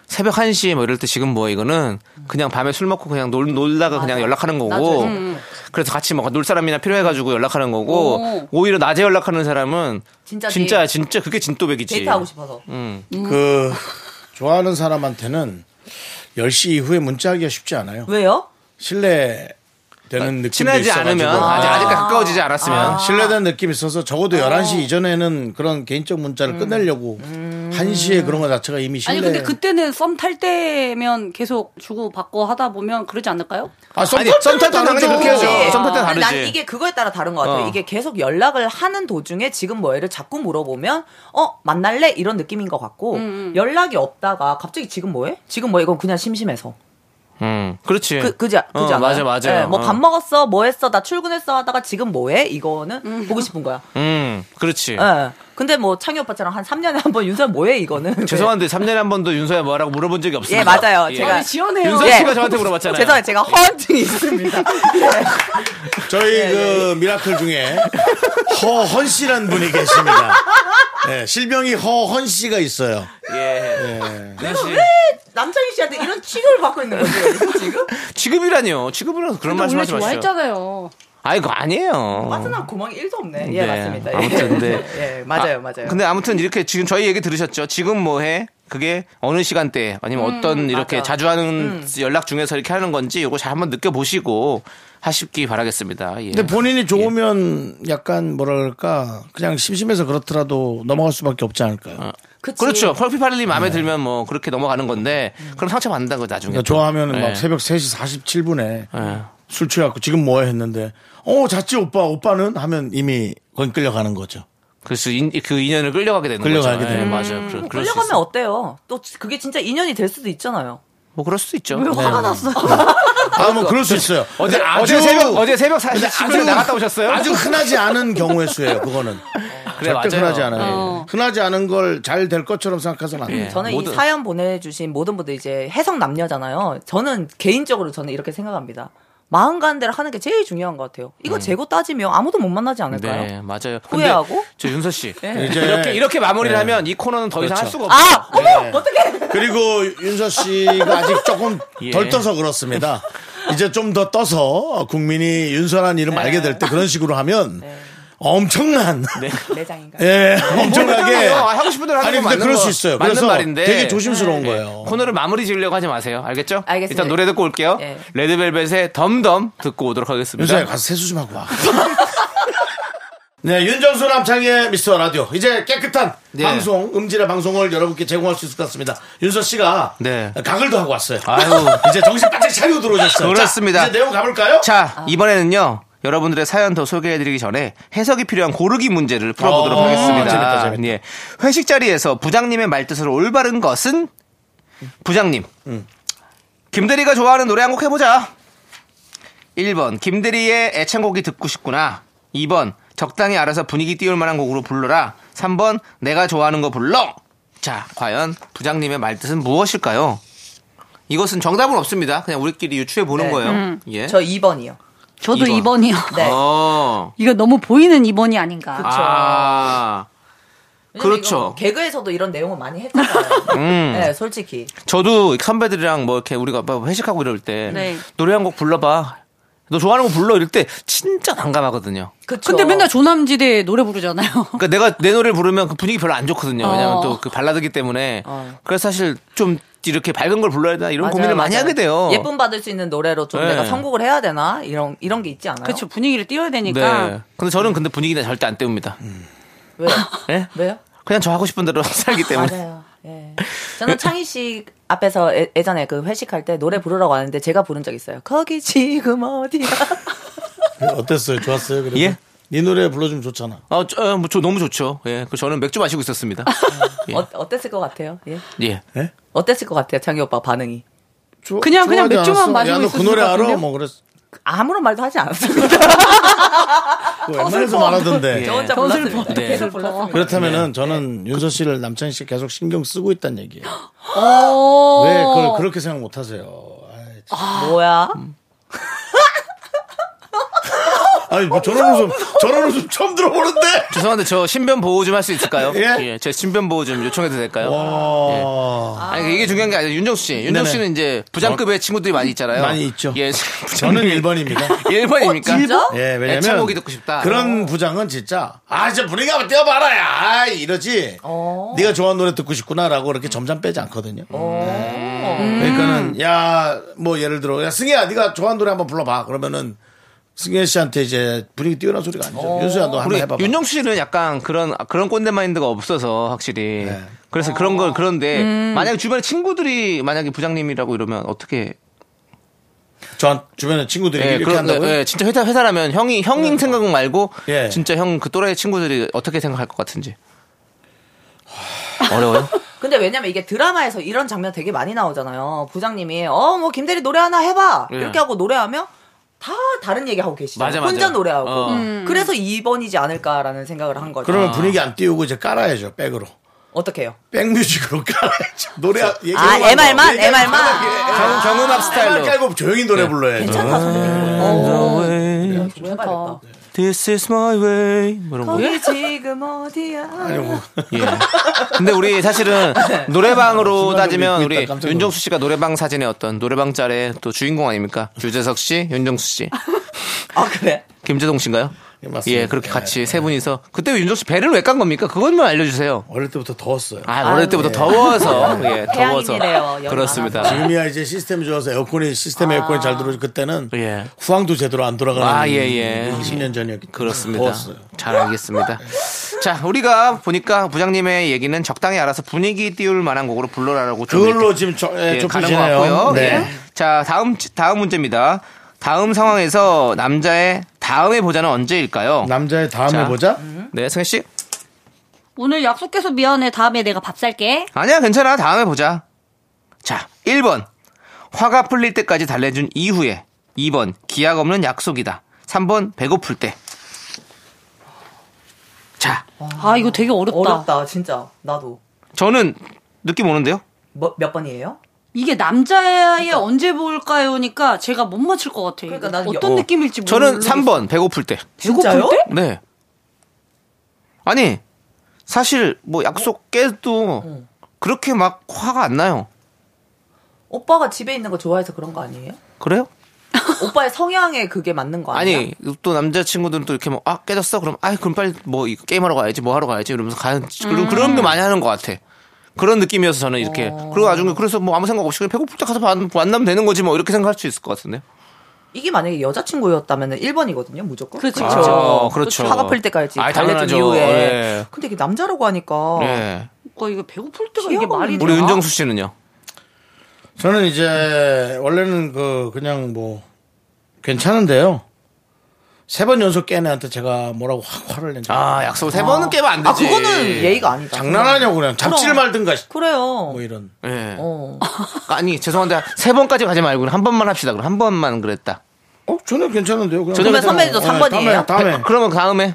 Speaker 2: 새벽 1시 뭐 이럴 때 지금 뭐 이거는 그냥 밤에 술 먹고 그냥 놀, 놀다가 그냥 연락하는 거고 그래서 같이 뭐 놀 사람이나 필요해가지고 연락하는 거고
Speaker 8: 오.
Speaker 2: 오히려 낮에 연락하는 사람은
Speaker 9: 진짜
Speaker 2: 진짜 진짜 그게 진또백이지.
Speaker 9: 데이트하고 싶어서.
Speaker 2: 음.
Speaker 1: 그 좋아하는 사람한테는 10시 이후에 문자하기가 쉽지 않아요.
Speaker 9: 왜요?
Speaker 1: 신뢰되는 느낌이
Speaker 2: 아, 친하지
Speaker 1: 있어가지고.
Speaker 2: 않으면
Speaker 1: 아.
Speaker 2: 아직 아직 가까워지지 않았으면
Speaker 1: 신뢰된 느낌이 있어서 적어도 11시 이전에는 그런 개인적 문자를 끝내려고 1시에 그런 것 자체가 이미 신뢰.
Speaker 8: 음. 아니 근데 그때는 썸 탈 때면 계속 주고 받고 하다 보면 그러지 않을까요?
Speaker 1: 아, 썸
Speaker 2: 아니,
Speaker 1: 탈 때는
Speaker 2: 썸탈 때는
Speaker 1: 다르죠.
Speaker 2: 당연히 그렇게 해야죠. 썸탈 때는
Speaker 9: 근데 네. 난
Speaker 2: 다르지.
Speaker 9: 이게 그거에 따라 다른 것 같아요.
Speaker 2: 어.
Speaker 9: 이게 계속 연락을 하는 도중에 지금 뭐해를 자꾸 물어보면 어 만날래 이런 느낌인 것
Speaker 8: 음,
Speaker 9: 같고 연락이 없다가 갑자기 지금 뭐해? 지금 뭐해? 이건 그냥 심심해서.
Speaker 2: 음, 그렇지.
Speaker 9: 그, 그지, 그지
Speaker 2: 어,
Speaker 9: 않아요?
Speaker 2: 맞아, 맞아.
Speaker 9: 뭐 밥 먹었어, 뭐 했어, 나 출근했어 하다가 지금 뭐 해? 이거는 보고 싶은 거야.
Speaker 2: 음, 그렇지.
Speaker 9: 예. 근데 뭐 창희 오빠처럼 한 3년에 한 번 윤선 뭐해? 이거는.
Speaker 2: [laughs] 죄송한데 3년에 한 번도 윤서야 뭐라고 물어본 적이 없어요.
Speaker 9: 네. 예, 맞아요. 제가.
Speaker 8: 지연해요.
Speaker 2: 윤서
Speaker 9: 예.
Speaker 2: 씨가 저한테 물어봤잖아요.
Speaker 9: 죄송해요.
Speaker 2: [laughs]
Speaker 9: 제가 허언증이 있습니다.
Speaker 8: 네,
Speaker 1: 저희 그 미라클 중에 허헌 씨라는 분이 계십니다. 네, 실명이 허헌 씨가 있어요.
Speaker 2: 예. 윤서 씨.
Speaker 9: 남창희 씨한테 이런 취급을 받고 있는 거죠, 여기서 지금?
Speaker 2: 지금이라뇨. 지금이라서 그런 말씀
Speaker 8: 원래
Speaker 2: 하지 마시죠.
Speaker 8: 좋아했잖아요.
Speaker 2: 아, 이거 아니에요.
Speaker 9: 빠져나온 구멍이 1도 없네.
Speaker 2: 네.
Speaker 9: 예, 맞습니다. 예.
Speaker 2: 아무튼, 네.
Speaker 9: [laughs] 예, 맞아요,
Speaker 2: 아,
Speaker 9: 맞아요.
Speaker 2: 근데 아무튼 이렇게 지금 저희 얘기 들으셨죠? 지금 뭐 해? 그게 어느 시간대 아니면 어떤 이렇게
Speaker 9: 음, 맞아.
Speaker 2: 자주 하는
Speaker 9: 음.
Speaker 2: 연락 중에서 이렇게 하는 건지 이거 잘 한번 느껴보시고 하시기 바라겠습니다. 예.
Speaker 1: 근데 본인이 좋으면 약간 뭐랄까 그냥 심심해서 그렇더라도 넘어갈 수밖에 없지 않을까요?
Speaker 9: 그치.
Speaker 2: 그렇죠. 펄피파리님
Speaker 9: 네.
Speaker 2: 마음에 들면 뭐 그렇게 넘어가는 건데
Speaker 9: 음.
Speaker 2: 그럼 상처받는다고 나중에.
Speaker 1: 그러니까 좋아하면
Speaker 2: 예.
Speaker 1: 막 새벽 3시 47분에
Speaker 2: 예.
Speaker 1: 술뭐 취해갖고 지금 뭐해 했는데 어 잤지 오빠 오빠는 하면 이미 건 끌려가는 거죠.
Speaker 2: 그래서 인, 그 인연을 끌려가게 되는
Speaker 1: 끌려가게
Speaker 2: 거죠. 예,
Speaker 1: 되는
Speaker 2: 맞아요. 그럴-
Speaker 9: 뭐
Speaker 2: 그럴 수
Speaker 9: 끌려가면
Speaker 2: 있어요.
Speaker 9: 어때요? 또 그게 진짜 인연이 될 수도 있잖아요.
Speaker 2: 뭐 그럴 수도 있죠.
Speaker 9: 왜 화가 났어?
Speaker 1: 아, 뭐 그럴 수 있어요.
Speaker 2: 어제
Speaker 1: 근데
Speaker 2: 어제 새벽 어제 새벽 사실 친구랑
Speaker 1: 아주-
Speaker 2: 나갔다 오셨어요? 어,
Speaker 1: 아주 흔하지 않은 경우의 수예요. 그거는 절대
Speaker 2: 그래 맞아요.
Speaker 1: 흔하지 않아요.
Speaker 8: 어.
Speaker 1: 흔하지 않은 걸 잘 될 것처럼 생각해서는 안 돼요.
Speaker 2: 예,
Speaker 9: 저는
Speaker 2: 모든-
Speaker 9: 이 사연 보내주신 모든 분들 이제 해석 남녀잖아요. 저는 개인적으로 저는 이렇게 생각합니다. 마음 가는 대로 하는 게 제일 중요한 것 같아요. 이거 재고 따지면 아무도 못 만나지 않을까요?
Speaker 2: 네, 맞아요.
Speaker 9: 후회하고? 네.
Speaker 2: 저 윤서 씨그
Speaker 1: 이제-
Speaker 2: 예. 이렇게 이렇게 마무리를
Speaker 1: 네.
Speaker 2: 하면 이 코너는 더 이상
Speaker 1: 그렇죠.
Speaker 2: 할 수가 없어요.
Speaker 9: 아, 어머, 어떻게?
Speaker 1: 그리고 윤서 씨가 아직 조금 덜
Speaker 2: 예.
Speaker 1: 떠서 그렇습니다. 이제 좀 더 떠서 국민이 윤서라는 이름 알게 될 때 그런 식으로 하면 엄청난
Speaker 9: 네.
Speaker 1: [laughs]
Speaker 9: 매장인가?
Speaker 1: 예
Speaker 2: 네.
Speaker 1: 엄청나게
Speaker 2: 하고 싶은 대로 하는
Speaker 1: 아니
Speaker 2: 건
Speaker 1: 근데
Speaker 2: 맞는
Speaker 1: 그럴
Speaker 2: 거-
Speaker 1: 수 있어요.
Speaker 2: 맞는
Speaker 1: 그래서
Speaker 2: 말인데 네.
Speaker 1: 되게 조심스러운 거예요.
Speaker 2: 코너를 마무리 지으려고 하지 마세요. 알겠죠?
Speaker 9: 알겠습니다.
Speaker 2: 일단 노래 듣고 올게요.
Speaker 9: 예.
Speaker 2: 레드벨벳의 덤덤 듣고 오도록 하겠습니다.
Speaker 1: 윤서야 가서 세수 좀 하고 와. [laughs] 네, 윤정수 남창의 미스터 라디오. 이제 깨끗한
Speaker 2: 네.
Speaker 1: 방송, 음질의 방송을 여러분께 제공할 수 있을 것 같습니다. 윤서 씨가
Speaker 2: 네.
Speaker 1: 가글도 하고 왔어요.
Speaker 2: 아유.
Speaker 1: [laughs] 이제 정신 바짝 차리고 들어오셨어요.
Speaker 2: 그렇습니다.
Speaker 1: 자, 이제 내용 가볼까요?
Speaker 2: 자, 이번에는요. 여러분들의 사연 더 소개해드리기 전에 해석이 필요한 고르기 문제를 풀어보도록
Speaker 1: 어,
Speaker 2: 하겠습니다.
Speaker 1: 재밌다, 재밌다.
Speaker 2: 예. 회식 자리에서 부장님의 말뜻으로 올바른 것은 부장님.
Speaker 1: 음.
Speaker 2: 김대리가 좋아하는 노래 한 곡 해보자. 1번 김대리의 애창곡이 듣고 싶구나. 2번 적당히 알아서 분위기 띄울 만한 곡으로 불러라. 3번 내가 좋아하는 거 불러. 자, 과연 부장님의 말뜻은 무엇일까요? 이것은 정답은 없습니다. 그냥 우리끼리 유추해 보는
Speaker 9: 네.
Speaker 2: 거예요. 예.
Speaker 9: 저 2번이요.
Speaker 8: 저도
Speaker 2: 이번.
Speaker 8: 2번. 이요
Speaker 9: 네.
Speaker 2: 어.
Speaker 8: [laughs] 이거 너무 보이는 2번이 아닌가.
Speaker 2: 아. 그렇죠.
Speaker 9: 뭐
Speaker 2: 음.
Speaker 9: 개그에서도 이런 내용을
Speaker 2: [laughs]
Speaker 9: 많이 했잖아요. 네, 솔직히.
Speaker 2: 저도 선배들이랑 뭐 이렇게 우리가 막 회식하고 이럴 때
Speaker 8: 네.
Speaker 2: 노래 한 곡 불러봐. 너 좋아하는 거 불러 이럴 때 진짜 난감하거든요.
Speaker 9: 그쵸.
Speaker 8: 근데 맨날 조남지대 노래 부르잖아요. [laughs]
Speaker 2: 그러니까 내가 내 노래를 부르면 그 분위기 별로 안 좋거든요. 왜냐면
Speaker 8: 어.
Speaker 2: 또 그 발라드기 때문에.
Speaker 9: 어.
Speaker 2: 그래서 사실 좀 이렇게 밝은 걸 불러야 되나 이런
Speaker 9: 맞아요,
Speaker 2: 고민을 많이
Speaker 9: 맞아요.
Speaker 2: 하게 돼요.
Speaker 9: 예쁨 받을 수 있는 노래로 좀
Speaker 2: 네.
Speaker 9: 내가 선곡을 해야 되나? 이런, 이런 게 있지 않아요?
Speaker 8: 그렇죠. 분위기를 띄워야 되니까.
Speaker 2: 네. 근데 저는 근데 분위기는 절대 안 때웁니다.
Speaker 9: 음.
Speaker 1: [laughs]
Speaker 9: 왜요?
Speaker 2: 예?
Speaker 9: 왜요?
Speaker 2: 그냥 저 하고 싶은 대로 [laughs] 살기 때문에.
Speaker 9: 네. 맞아요. 예. 저는 창희 씨 앞에서 예, 예전에 그 회식할 때 노래 부르라고 하는데 제가 부른 적 있어요. 거기 지금 어디야?
Speaker 1: 네, 어땠어요? 좋았어요? 그래도?
Speaker 2: 예?
Speaker 1: 네 노래 불러주면 좋잖아.
Speaker 2: 아, 저, 어, 뭐저 너무 좋죠. 예. 그 저는 맥주 마시고
Speaker 9: [laughs]
Speaker 2: 있었습니다. [laughs] 예.
Speaker 9: 어, 어땠을 것 같아요? 예.
Speaker 2: 예.
Speaker 9: 어땠을 것 같아요? 창희 오빠 반응이.
Speaker 1: 좋-
Speaker 8: 그냥- 그냥
Speaker 1: 좋아하지
Speaker 8: 맥주만
Speaker 1: 않았어?
Speaker 8: 마시고
Speaker 1: 야, 너그
Speaker 8: 있었을
Speaker 1: 노래
Speaker 8: 것
Speaker 1: 알아?
Speaker 8: 같은데요?
Speaker 1: 뭐 그랬어.
Speaker 9: 아무런 말도 하지 않았어요.
Speaker 8: 아,
Speaker 1: 아,
Speaker 9: 뭐
Speaker 1: 그거 옛날에서 말하던데.
Speaker 9: [laughs]
Speaker 1: 예. 뭐
Speaker 9: 저 혼자
Speaker 8: 더 슬퍼.
Speaker 9: 불렀습니다. 예.
Speaker 2: 네.
Speaker 9: 계속 불렀습니다.
Speaker 1: 그렇다면은 저는 윤서 씨를 남창희 씨 계속 신경 쓰고 있다는 얘기예요.
Speaker 8: 어.
Speaker 1: 왜 그걸 그렇게 생각 못 하세요? 아이, 참.
Speaker 9: 뭐야?
Speaker 2: 음.
Speaker 1: 아니, 뭐 저런 웃음, 저런 웃음 처음 들어보는데?
Speaker 2: 죄송한데 저 신변 보호 좀 할 수 있을까요?
Speaker 1: 예?
Speaker 2: 제 신변 보호 좀 요청해도 될까요?
Speaker 1: 와.
Speaker 2: 아니 이게 중요한 게 아니라 윤정수 씨. 윤정수
Speaker 1: 네네.
Speaker 2: 씨는 이제 부장급의 친구들이 많이 있잖아요.
Speaker 1: 많이 있죠.
Speaker 2: 예.
Speaker 1: 저는
Speaker 2: [laughs]
Speaker 1: 1번입니다.
Speaker 2: 1번입니까?
Speaker 9: 진짜?
Speaker 1: 예, 왜냐면
Speaker 2: 애창곡이 듣고 싶다. 어.
Speaker 1: 그런 부장은 진짜 아, 이제 분위기 한번 띄워봐라, 야. 아, 이러지.
Speaker 2: 어.
Speaker 1: 네가 좋아하는 노래 듣고 싶구나라고 이렇게 점점 빼지 않거든요.
Speaker 2: 어.
Speaker 1: 네.
Speaker 2: 음.
Speaker 1: 그러니까는 야, 뭐 예를 들어 야, 승희야, 네가 좋아하는 노래 한번 불러봐. 그러면은 승희 씨한테 이제 분위기 띄우는 소리가 아니죠. 윤수야, 너 한번
Speaker 2: 어. 우리
Speaker 1: 해봐봐.
Speaker 2: 윤정수 씨는 약간 그런 그런 꼰대 마인드가 없어서 확실히.
Speaker 1: 네.
Speaker 2: 그래서 그런 걸 그런데
Speaker 9: 음.
Speaker 2: 만약에 주변에 친구들이 만약에 부장님이라고 이러면 어떻게?
Speaker 1: 전 주변에 친구들이
Speaker 2: 예,
Speaker 1: 이렇게
Speaker 2: 그런-
Speaker 1: 한다고요? 음.
Speaker 2: 예, 진짜 회사 회사라면 형이 형님 생각 말고
Speaker 1: 예.
Speaker 2: 진짜 형 그 또래 친구들이 어떻게 생각할 것 같은지.
Speaker 1: [laughs]
Speaker 2: 어려워요?
Speaker 9: 근데 왜냐면 이게 드라마에서 이런 장면 되게 많이 나오잖아요. 부장님이 어 뭐 김대리 노래 하나 해봐
Speaker 2: 예.
Speaker 9: 이렇게 하고 노래하면 다 다른 얘기하고 계시잖아요.
Speaker 2: 맞아, 맞아.
Speaker 9: 혼자 노래하고 음.
Speaker 2: 어.
Speaker 9: 그래서 2번이지 않을까라는 생각을 한 거죠.
Speaker 2: 아.
Speaker 1: 그러면 분위기 안 띄우고 이제 깔아야죠, 백으로.
Speaker 9: 어떻게요?
Speaker 1: 백뮤직으로 [laughs] 깔아야죠. 노래 얘기
Speaker 9: 아 MR만 MR만
Speaker 2: 경- 경음악 스타일로.
Speaker 1: 깔고 조용히 노래 불러야죠.
Speaker 9: 괜찮다
Speaker 2: 아.
Speaker 9: 선생님.
Speaker 2: 어.
Speaker 9: 좀 해봐야겠다.
Speaker 2: This is my way. 뭐 이런 거.
Speaker 9: 거기 지금 어디야?
Speaker 1: 아니고. 뭐.
Speaker 2: 예. 근데 우리 사실은
Speaker 1: [laughs]
Speaker 2: 노래방으로
Speaker 1: 아, 순간적으로
Speaker 2: 따지면
Speaker 1: 잊고 있다,
Speaker 2: 우리
Speaker 1: 깜짝 놀랐어.
Speaker 2: 윤정수 씨가 노래방 사진의 어떤 노래방 짤의 또 주인공 아닙니까? 유재석 씨, 윤정수 씨,
Speaker 9: 아 그래?
Speaker 2: 김재동 씨인가요?
Speaker 1: 예, 맞습니다.
Speaker 2: 예, 그렇게
Speaker 1: 예,
Speaker 2: 같이 세 분이서 그때 윤정수 씨 배를 왜 깐 겁니까? 그것만 알려주세요.
Speaker 1: 어릴 때부터 더웠어요.
Speaker 2: 아, 어릴 때부터 더워서 예, 더워서
Speaker 9: [laughs] 태양인이래요, 여름
Speaker 2: 그렇습니다.
Speaker 1: 지금이야 이제 시스템이 좋아서 에어컨이 시스템 에어컨이 잘 들어오지 그때는
Speaker 2: 아. 예.
Speaker 1: 후황도 제대로 안 돌아가는
Speaker 2: 아, 예, 예.
Speaker 1: 20년 전이었기 때문에
Speaker 2: 그렇습니다.
Speaker 1: 더웠어요.
Speaker 2: 잘 알겠습니다. 자, 우리가 보니까 부장님의 얘기는 적당히 알아서 분위기 띄울 만한 곡으로 불러라라고 좀 이렇게
Speaker 1: 그걸로 지금 저, 예,
Speaker 2: 예, 가는 것
Speaker 1: 좁혀지네요.
Speaker 2: 같고요.
Speaker 1: 네.
Speaker 2: 예. 자, 다음 다음 문제입니다. 다음 상황에서 남자의 다음에 보자는 언제일까요?
Speaker 1: 남자의 다음에
Speaker 2: 자.
Speaker 1: 보자.
Speaker 2: 네, 승혜 씨.
Speaker 8: 오늘 약속해서 미안해. 다음에 내가 밥 살게.
Speaker 2: 아니야, 괜찮아. 다음에 보자. 자, 1번. 화가 풀릴 때까지 달래준 이후에. 2번. 기약 없는 약속이다. 3번. 배고플 때. 자,
Speaker 8: 아, 이거 되게 어렵다.
Speaker 9: 어렵다, 진짜. 나도.
Speaker 2: 저는 느낌 오는데요?
Speaker 9: 뭐, 몇 번이에요?
Speaker 8: 이게 남자의 언제 볼까요니까 제가 못 맞힐 것 같아. 그러니까 나 어떤
Speaker 2: 어.
Speaker 8: 느낌일지 모르겠어.
Speaker 2: 저는
Speaker 9: 음,
Speaker 2: 3번. 배고플 때.
Speaker 8: 진짜요? 때?
Speaker 2: 네. 아니, 사실 뭐 약속 깨도 그렇게 막 화가 안 나요.
Speaker 9: 오빠가 집에 있는 거 좋아해서 그런 거 아니에요?
Speaker 2: 그래요?
Speaker 9: 오빠의 성향에 그게 맞는 거 아니야?
Speaker 2: 아니 또 남자친구들은 또 이렇게 뭐 아 깨졌어 그럼 아 그럼 빨리 뭐 이거 게임하러 가야지 뭐 하러 가야지 이러면서 가는 그런
Speaker 9: 음.
Speaker 2: 그런 거 많이 하는 것 같아 그런 느낌이어서 저는 이렇게 그리고 나중에 그래서 뭐 아무 생각 없이 그냥 배고플 때 가서 만- 만나면 되는 거지 뭐 이렇게 생각할 수 있을 것 같은데요
Speaker 9: 이게 만약에 여자친구였다면 1번이거든요, 무조건.
Speaker 2: 그렇죠. 아, 그렇죠.
Speaker 9: 화가 풀 때까지
Speaker 2: 아이,
Speaker 9: 달래준
Speaker 2: 당연하죠.
Speaker 9: 이후에. 어.
Speaker 2: 예.
Speaker 9: 근데 이게 남자라고 하니까.
Speaker 2: 네
Speaker 8: 그러니까 이거 배고플 때가 이게 말이
Speaker 2: 우리
Speaker 9: 어.
Speaker 8: 되나?
Speaker 2: 윤정수 씨는요
Speaker 1: 저는 이제 원래는 그 그냥 뭐 괜찮은데요. 세 번 연속 깬 애한테 제가 뭐라고 확 화를 낸.
Speaker 2: 아 약속
Speaker 9: 어.
Speaker 2: 세 번은 깨면 안
Speaker 9: 아,
Speaker 2: 되지.
Speaker 1: 장난하냐고 아, 그냥 잡지를 말든가.
Speaker 9: 그래요.
Speaker 1: 뭐 이런.
Speaker 2: 예
Speaker 9: 어.
Speaker 2: 아니 죄송한데 세 번까지 가지 말고 한 번만 합시다 그럼 한 번만 그랬다
Speaker 1: 어 저는 괜찮은데요. 그냥. 그러면
Speaker 2: 저녁에 생각-
Speaker 1: 선배도
Speaker 2: 예,
Speaker 1: 삼 번이에요? 다음에, 다음에.
Speaker 2: 그러면 다음에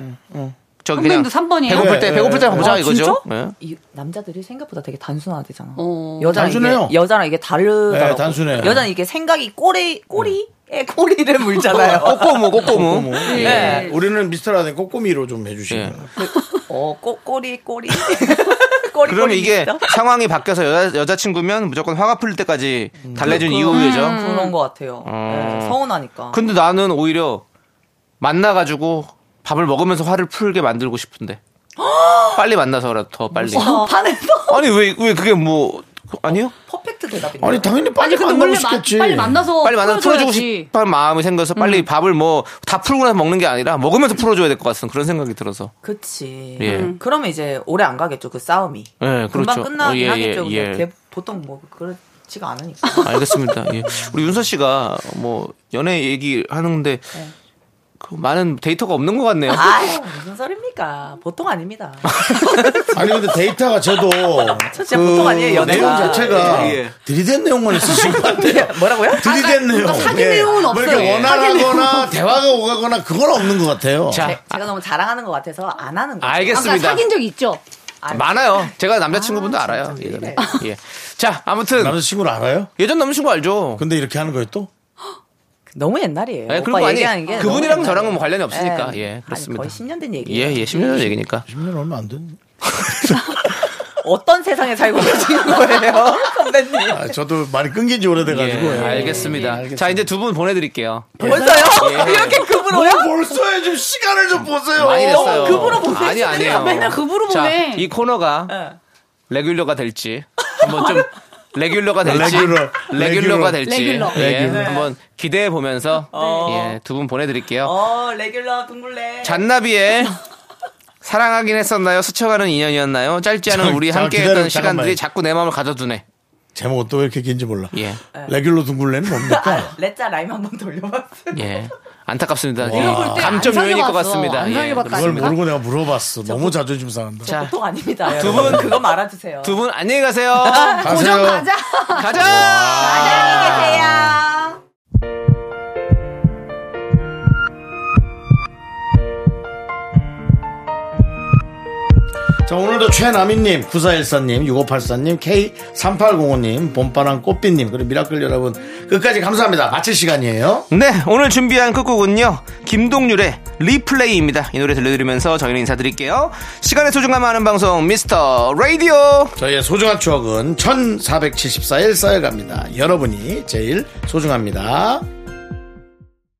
Speaker 2: 저기 그냥
Speaker 8: 선배님도 삼 번이에요?
Speaker 2: 배고플 때
Speaker 8: 예,
Speaker 2: 배고플 때 보자
Speaker 9: 아,
Speaker 2: 이거죠
Speaker 9: 진짜?
Speaker 2: 예.
Speaker 9: 이 남자들이 생각보다 되게 단순하대잖아.
Speaker 8: 어.
Speaker 9: 여자랑
Speaker 2: 단순해요.
Speaker 9: 이게 여자랑 이게 다르다.
Speaker 2: 네, 단순해요. 네.
Speaker 9: 여자는 이게 생각이 꼬리 꼬리에 꼬리를 물잖아요.
Speaker 2: [laughs] 꼬꼬무
Speaker 1: 꼬꼬무.
Speaker 9: 예.
Speaker 1: 예. 우리는 미스터라는 꼬꼬미로 좀
Speaker 2: 예.
Speaker 1: 뭐 해주시면.
Speaker 9: 어, 꼬, 꼬리 [laughs] 꼬리. 꼬리
Speaker 2: 그러면
Speaker 9: 꼬리
Speaker 2: 이게
Speaker 9: 있어?
Speaker 2: 상황이 바뀌어서 여자, 여자친구면 무조건 화가 풀릴 때까지 달래준 이후죠.
Speaker 9: 음, 그런 것 같아요.
Speaker 2: 어. 그
Speaker 9: 네, 서운하니까.
Speaker 2: 근데 나는 오히려 만나가지고 밥을 먹으면서 화를 풀게 만들고
Speaker 9: [gasps]
Speaker 2: 싶은데. 빨리 만나서라도 더 빨리.
Speaker 9: 어.
Speaker 2: [laughs] 아니, 왜, 왜 그게 뭐, 아니요?
Speaker 9: 퍼펙트 대답인데.
Speaker 2: 아니, 당연히
Speaker 8: 빨리 아니, 근데 만나고 원래 마- 싶겠지. 빨리 만나서
Speaker 2: 빨리 만나서 풀어주고
Speaker 8: 풀어줘야지.
Speaker 2: 싶은 마음이 생겨서 빨리 밥을 뭐, 다 풀고 나서 먹는 게 아니라 먹으면서 풀어줘야 될 것 같은 그런 생각이 들어서.
Speaker 9: 그치.
Speaker 2: 예.
Speaker 9: 음, 그러면 이제 오래 안 가겠죠, 그 싸움이.
Speaker 2: 예, 그렇죠.
Speaker 9: 금방 끝나긴
Speaker 2: 어, 예, 예,
Speaker 9: 하겠죠. 근데
Speaker 2: 예.
Speaker 9: 대- 보통 뭐, 그렇지가 않으니까. [laughs]
Speaker 2: 알겠습니다. 예. 우리 윤서 씨가 뭐 연애 얘기 하는데 그 많은 데이터가 없는 것 같네요.
Speaker 9: 네. 아유, 무슨 소리입니까? 보통
Speaker 2: [laughs]
Speaker 9: 아닙니다. [laughs]
Speaker 1: 아니 근데 데이터가 저도 그
Speaker 9: 저 진짜 보통 아니에요, 연애가.
Speaker 1: 내용 자체가
Speaker 9: 예, 예.
Speaker 1: 들이댄 내용만 있으신 것 같아요.
Speaker 9: 뭐라고요?
Speaker 1: 들이댄 내용.
Speaker 9: 사귄 내용은
Speaker 1: 뭐 이렇게
Speaker 9: 없어요. 예. 사귄
Speaker 1: 원활하거나
Speaker 9: 내용은
Speaker 1: 대화가 오가거나 그건 없는 것 같아요.
Speaker 9: 제- 네, 제가 너무 자랑하는 것 같아서 안 하는 거예요.
Speaker 2: 알겠습니다. 아까
Speaker 9: 그러니까
Speaker 2: 사귄
Speaker 8: 적 있죠?
Speaker 2: 많아요. 제가 남자친구분도 알아요.
Speaker 9: 네.
Speaker 2: 예전에. 예. 자, 아무튼
Speaker 1: 남자친구를 알아요?
Speaker 2: 예전 남자친구 알죠.
Speaker 1: 근데 이렇게 하는 거예요 또?
Speaker 9: 너무 옛날이에요.
Speaker 2: 예, 그리고
Speaker 9: 네, 오빠
Speaker 2: 아니,
Speaker 9: 얘기하는 게
Speaker 2: 그분이랑
Speaker 9: 너무
Speaker 2: 저랑은 뭐
Speaker 9: 옛날이에요. 네.
Speaker 2: 관련이 없으니까. 예, 그렇습니다.
Speaker 9: 아니, 거의 10년 된
Speaker 2: 예,
Speaker 9: 얘기예요.
Speaker 2: 예, 10년 전 얘기니까.
Speaker 1: 10년 얼마 안 됐네.
Speaker 9: 어떤 세상에 살고 계신
Speaker 2: [laughs]
Speaker 9: 거예요, 선배님?
Speaker 1: 아, 저도 많이 끊긴 지 오래돼가지고.
Speaker 2: 예, 알겠습니다. 자, 이제 두 분 보내드릴게요.
Speaker 9: 벌써요?
Speaker 2: 예.
Speaker 9: [laughs] 이렇게 급으로요?
Speaker 1: 벌써요? 좀 시간을 좀 보세요.
Speaker 2: 많이 됐어요.
Speaker 9: 급으로 보내.
Speaker 2: 아니, 아니에요.
Speaker 9: 맨날 급으로 보내. 어.
Speaker 2: 자, 이 코너가 레귤러가 될지 한번
Speaker 9: [laughs]
Speaker 2: 좀 레귤러가 될지
Speaker 1: 레귤러,
Speaker 2: 레귤러,
Speaker 1: 레귤러.
Speaker 2: 가 될지
Speaker 9: 레귤러. 네.
Speaker 2: 예,
Speaker 9: 레귤러.
Speaker 2: 한번 기대해 보면서
Speaker 9: 네.
Speaker 2: 예, 두 분 보내드릴게요.
Speaker 9: 어, 레귤러 둥글레. [laughs]
Speaker 2: 잔나비의 사랑하긴 했었나요? 스쳐가는 인연이었나요? 짧지 않은
Speaker 1: 잠-
Speaker 2: 우리
Speaker 1: 잠
Speaker 2: 함께했던
Speaker 1: 기다려,
Speaker 2: 시간들이
Speaker 1: 잠깐만요.
Speaker 2: 자꾸 내 마음을 가둬두네.
Speaker 1: 제목 또 왜 이렇게 긴지 몰라.
Speaker 2: 예.
Speaker 1: 레귤러 둥글레는 뭡니까?
Speaker 9: [laughs] 레자 라임 한번 돌려봤어.
Speaker 2: 예. 안타깝습니다.
Speaker 1: 내가 볼때안
Speaker 2: 감점 요인일 것
Speaker 9: 살려봤어.
Speaker 2: 같습니다. 예,
Speaker 9: 안 살려봤다니까?
Speaker 1: 그걸 모르고 내가 물어봤어. 너무 자존심 상한다.
Speaker 9: 저 보통 아닙니다.
Speaker 2: 두
Speaker 9: 여러분.
Speaker 2: 분-
Speaker 9: 그거 말아주세요.
Speaker 2: 두 분 안녕히
Speaker 9: [laughs]
Speaker 2: 가세요.
Speaker 9: 가세요.
Speaker 2: 고정
Speaker 9: 가자.
Speaker 2: 가자.
Speaker 9: 안녕히 계세요.
Speaker 1: 자, 오늘도 최남인님, 9414님, 6584님, K3805님, 봄바람 꽃비님, 그리고 미라클 여러분, 끝까지 감사합니다. 마칠 시간이에요.
Speaker 2: 네, 오늘 준비한 끝곡은요. 김동률의 리플레이입니다. 이 노래 들려드리면서 저희는 인사드릴게요. 시간의 소중함 아는 방송 미스터 라디오.
Speaker 1: 저희의 소중한 추억은 1474일 쌓여갑니다. 여러분이 제일 소중합니다.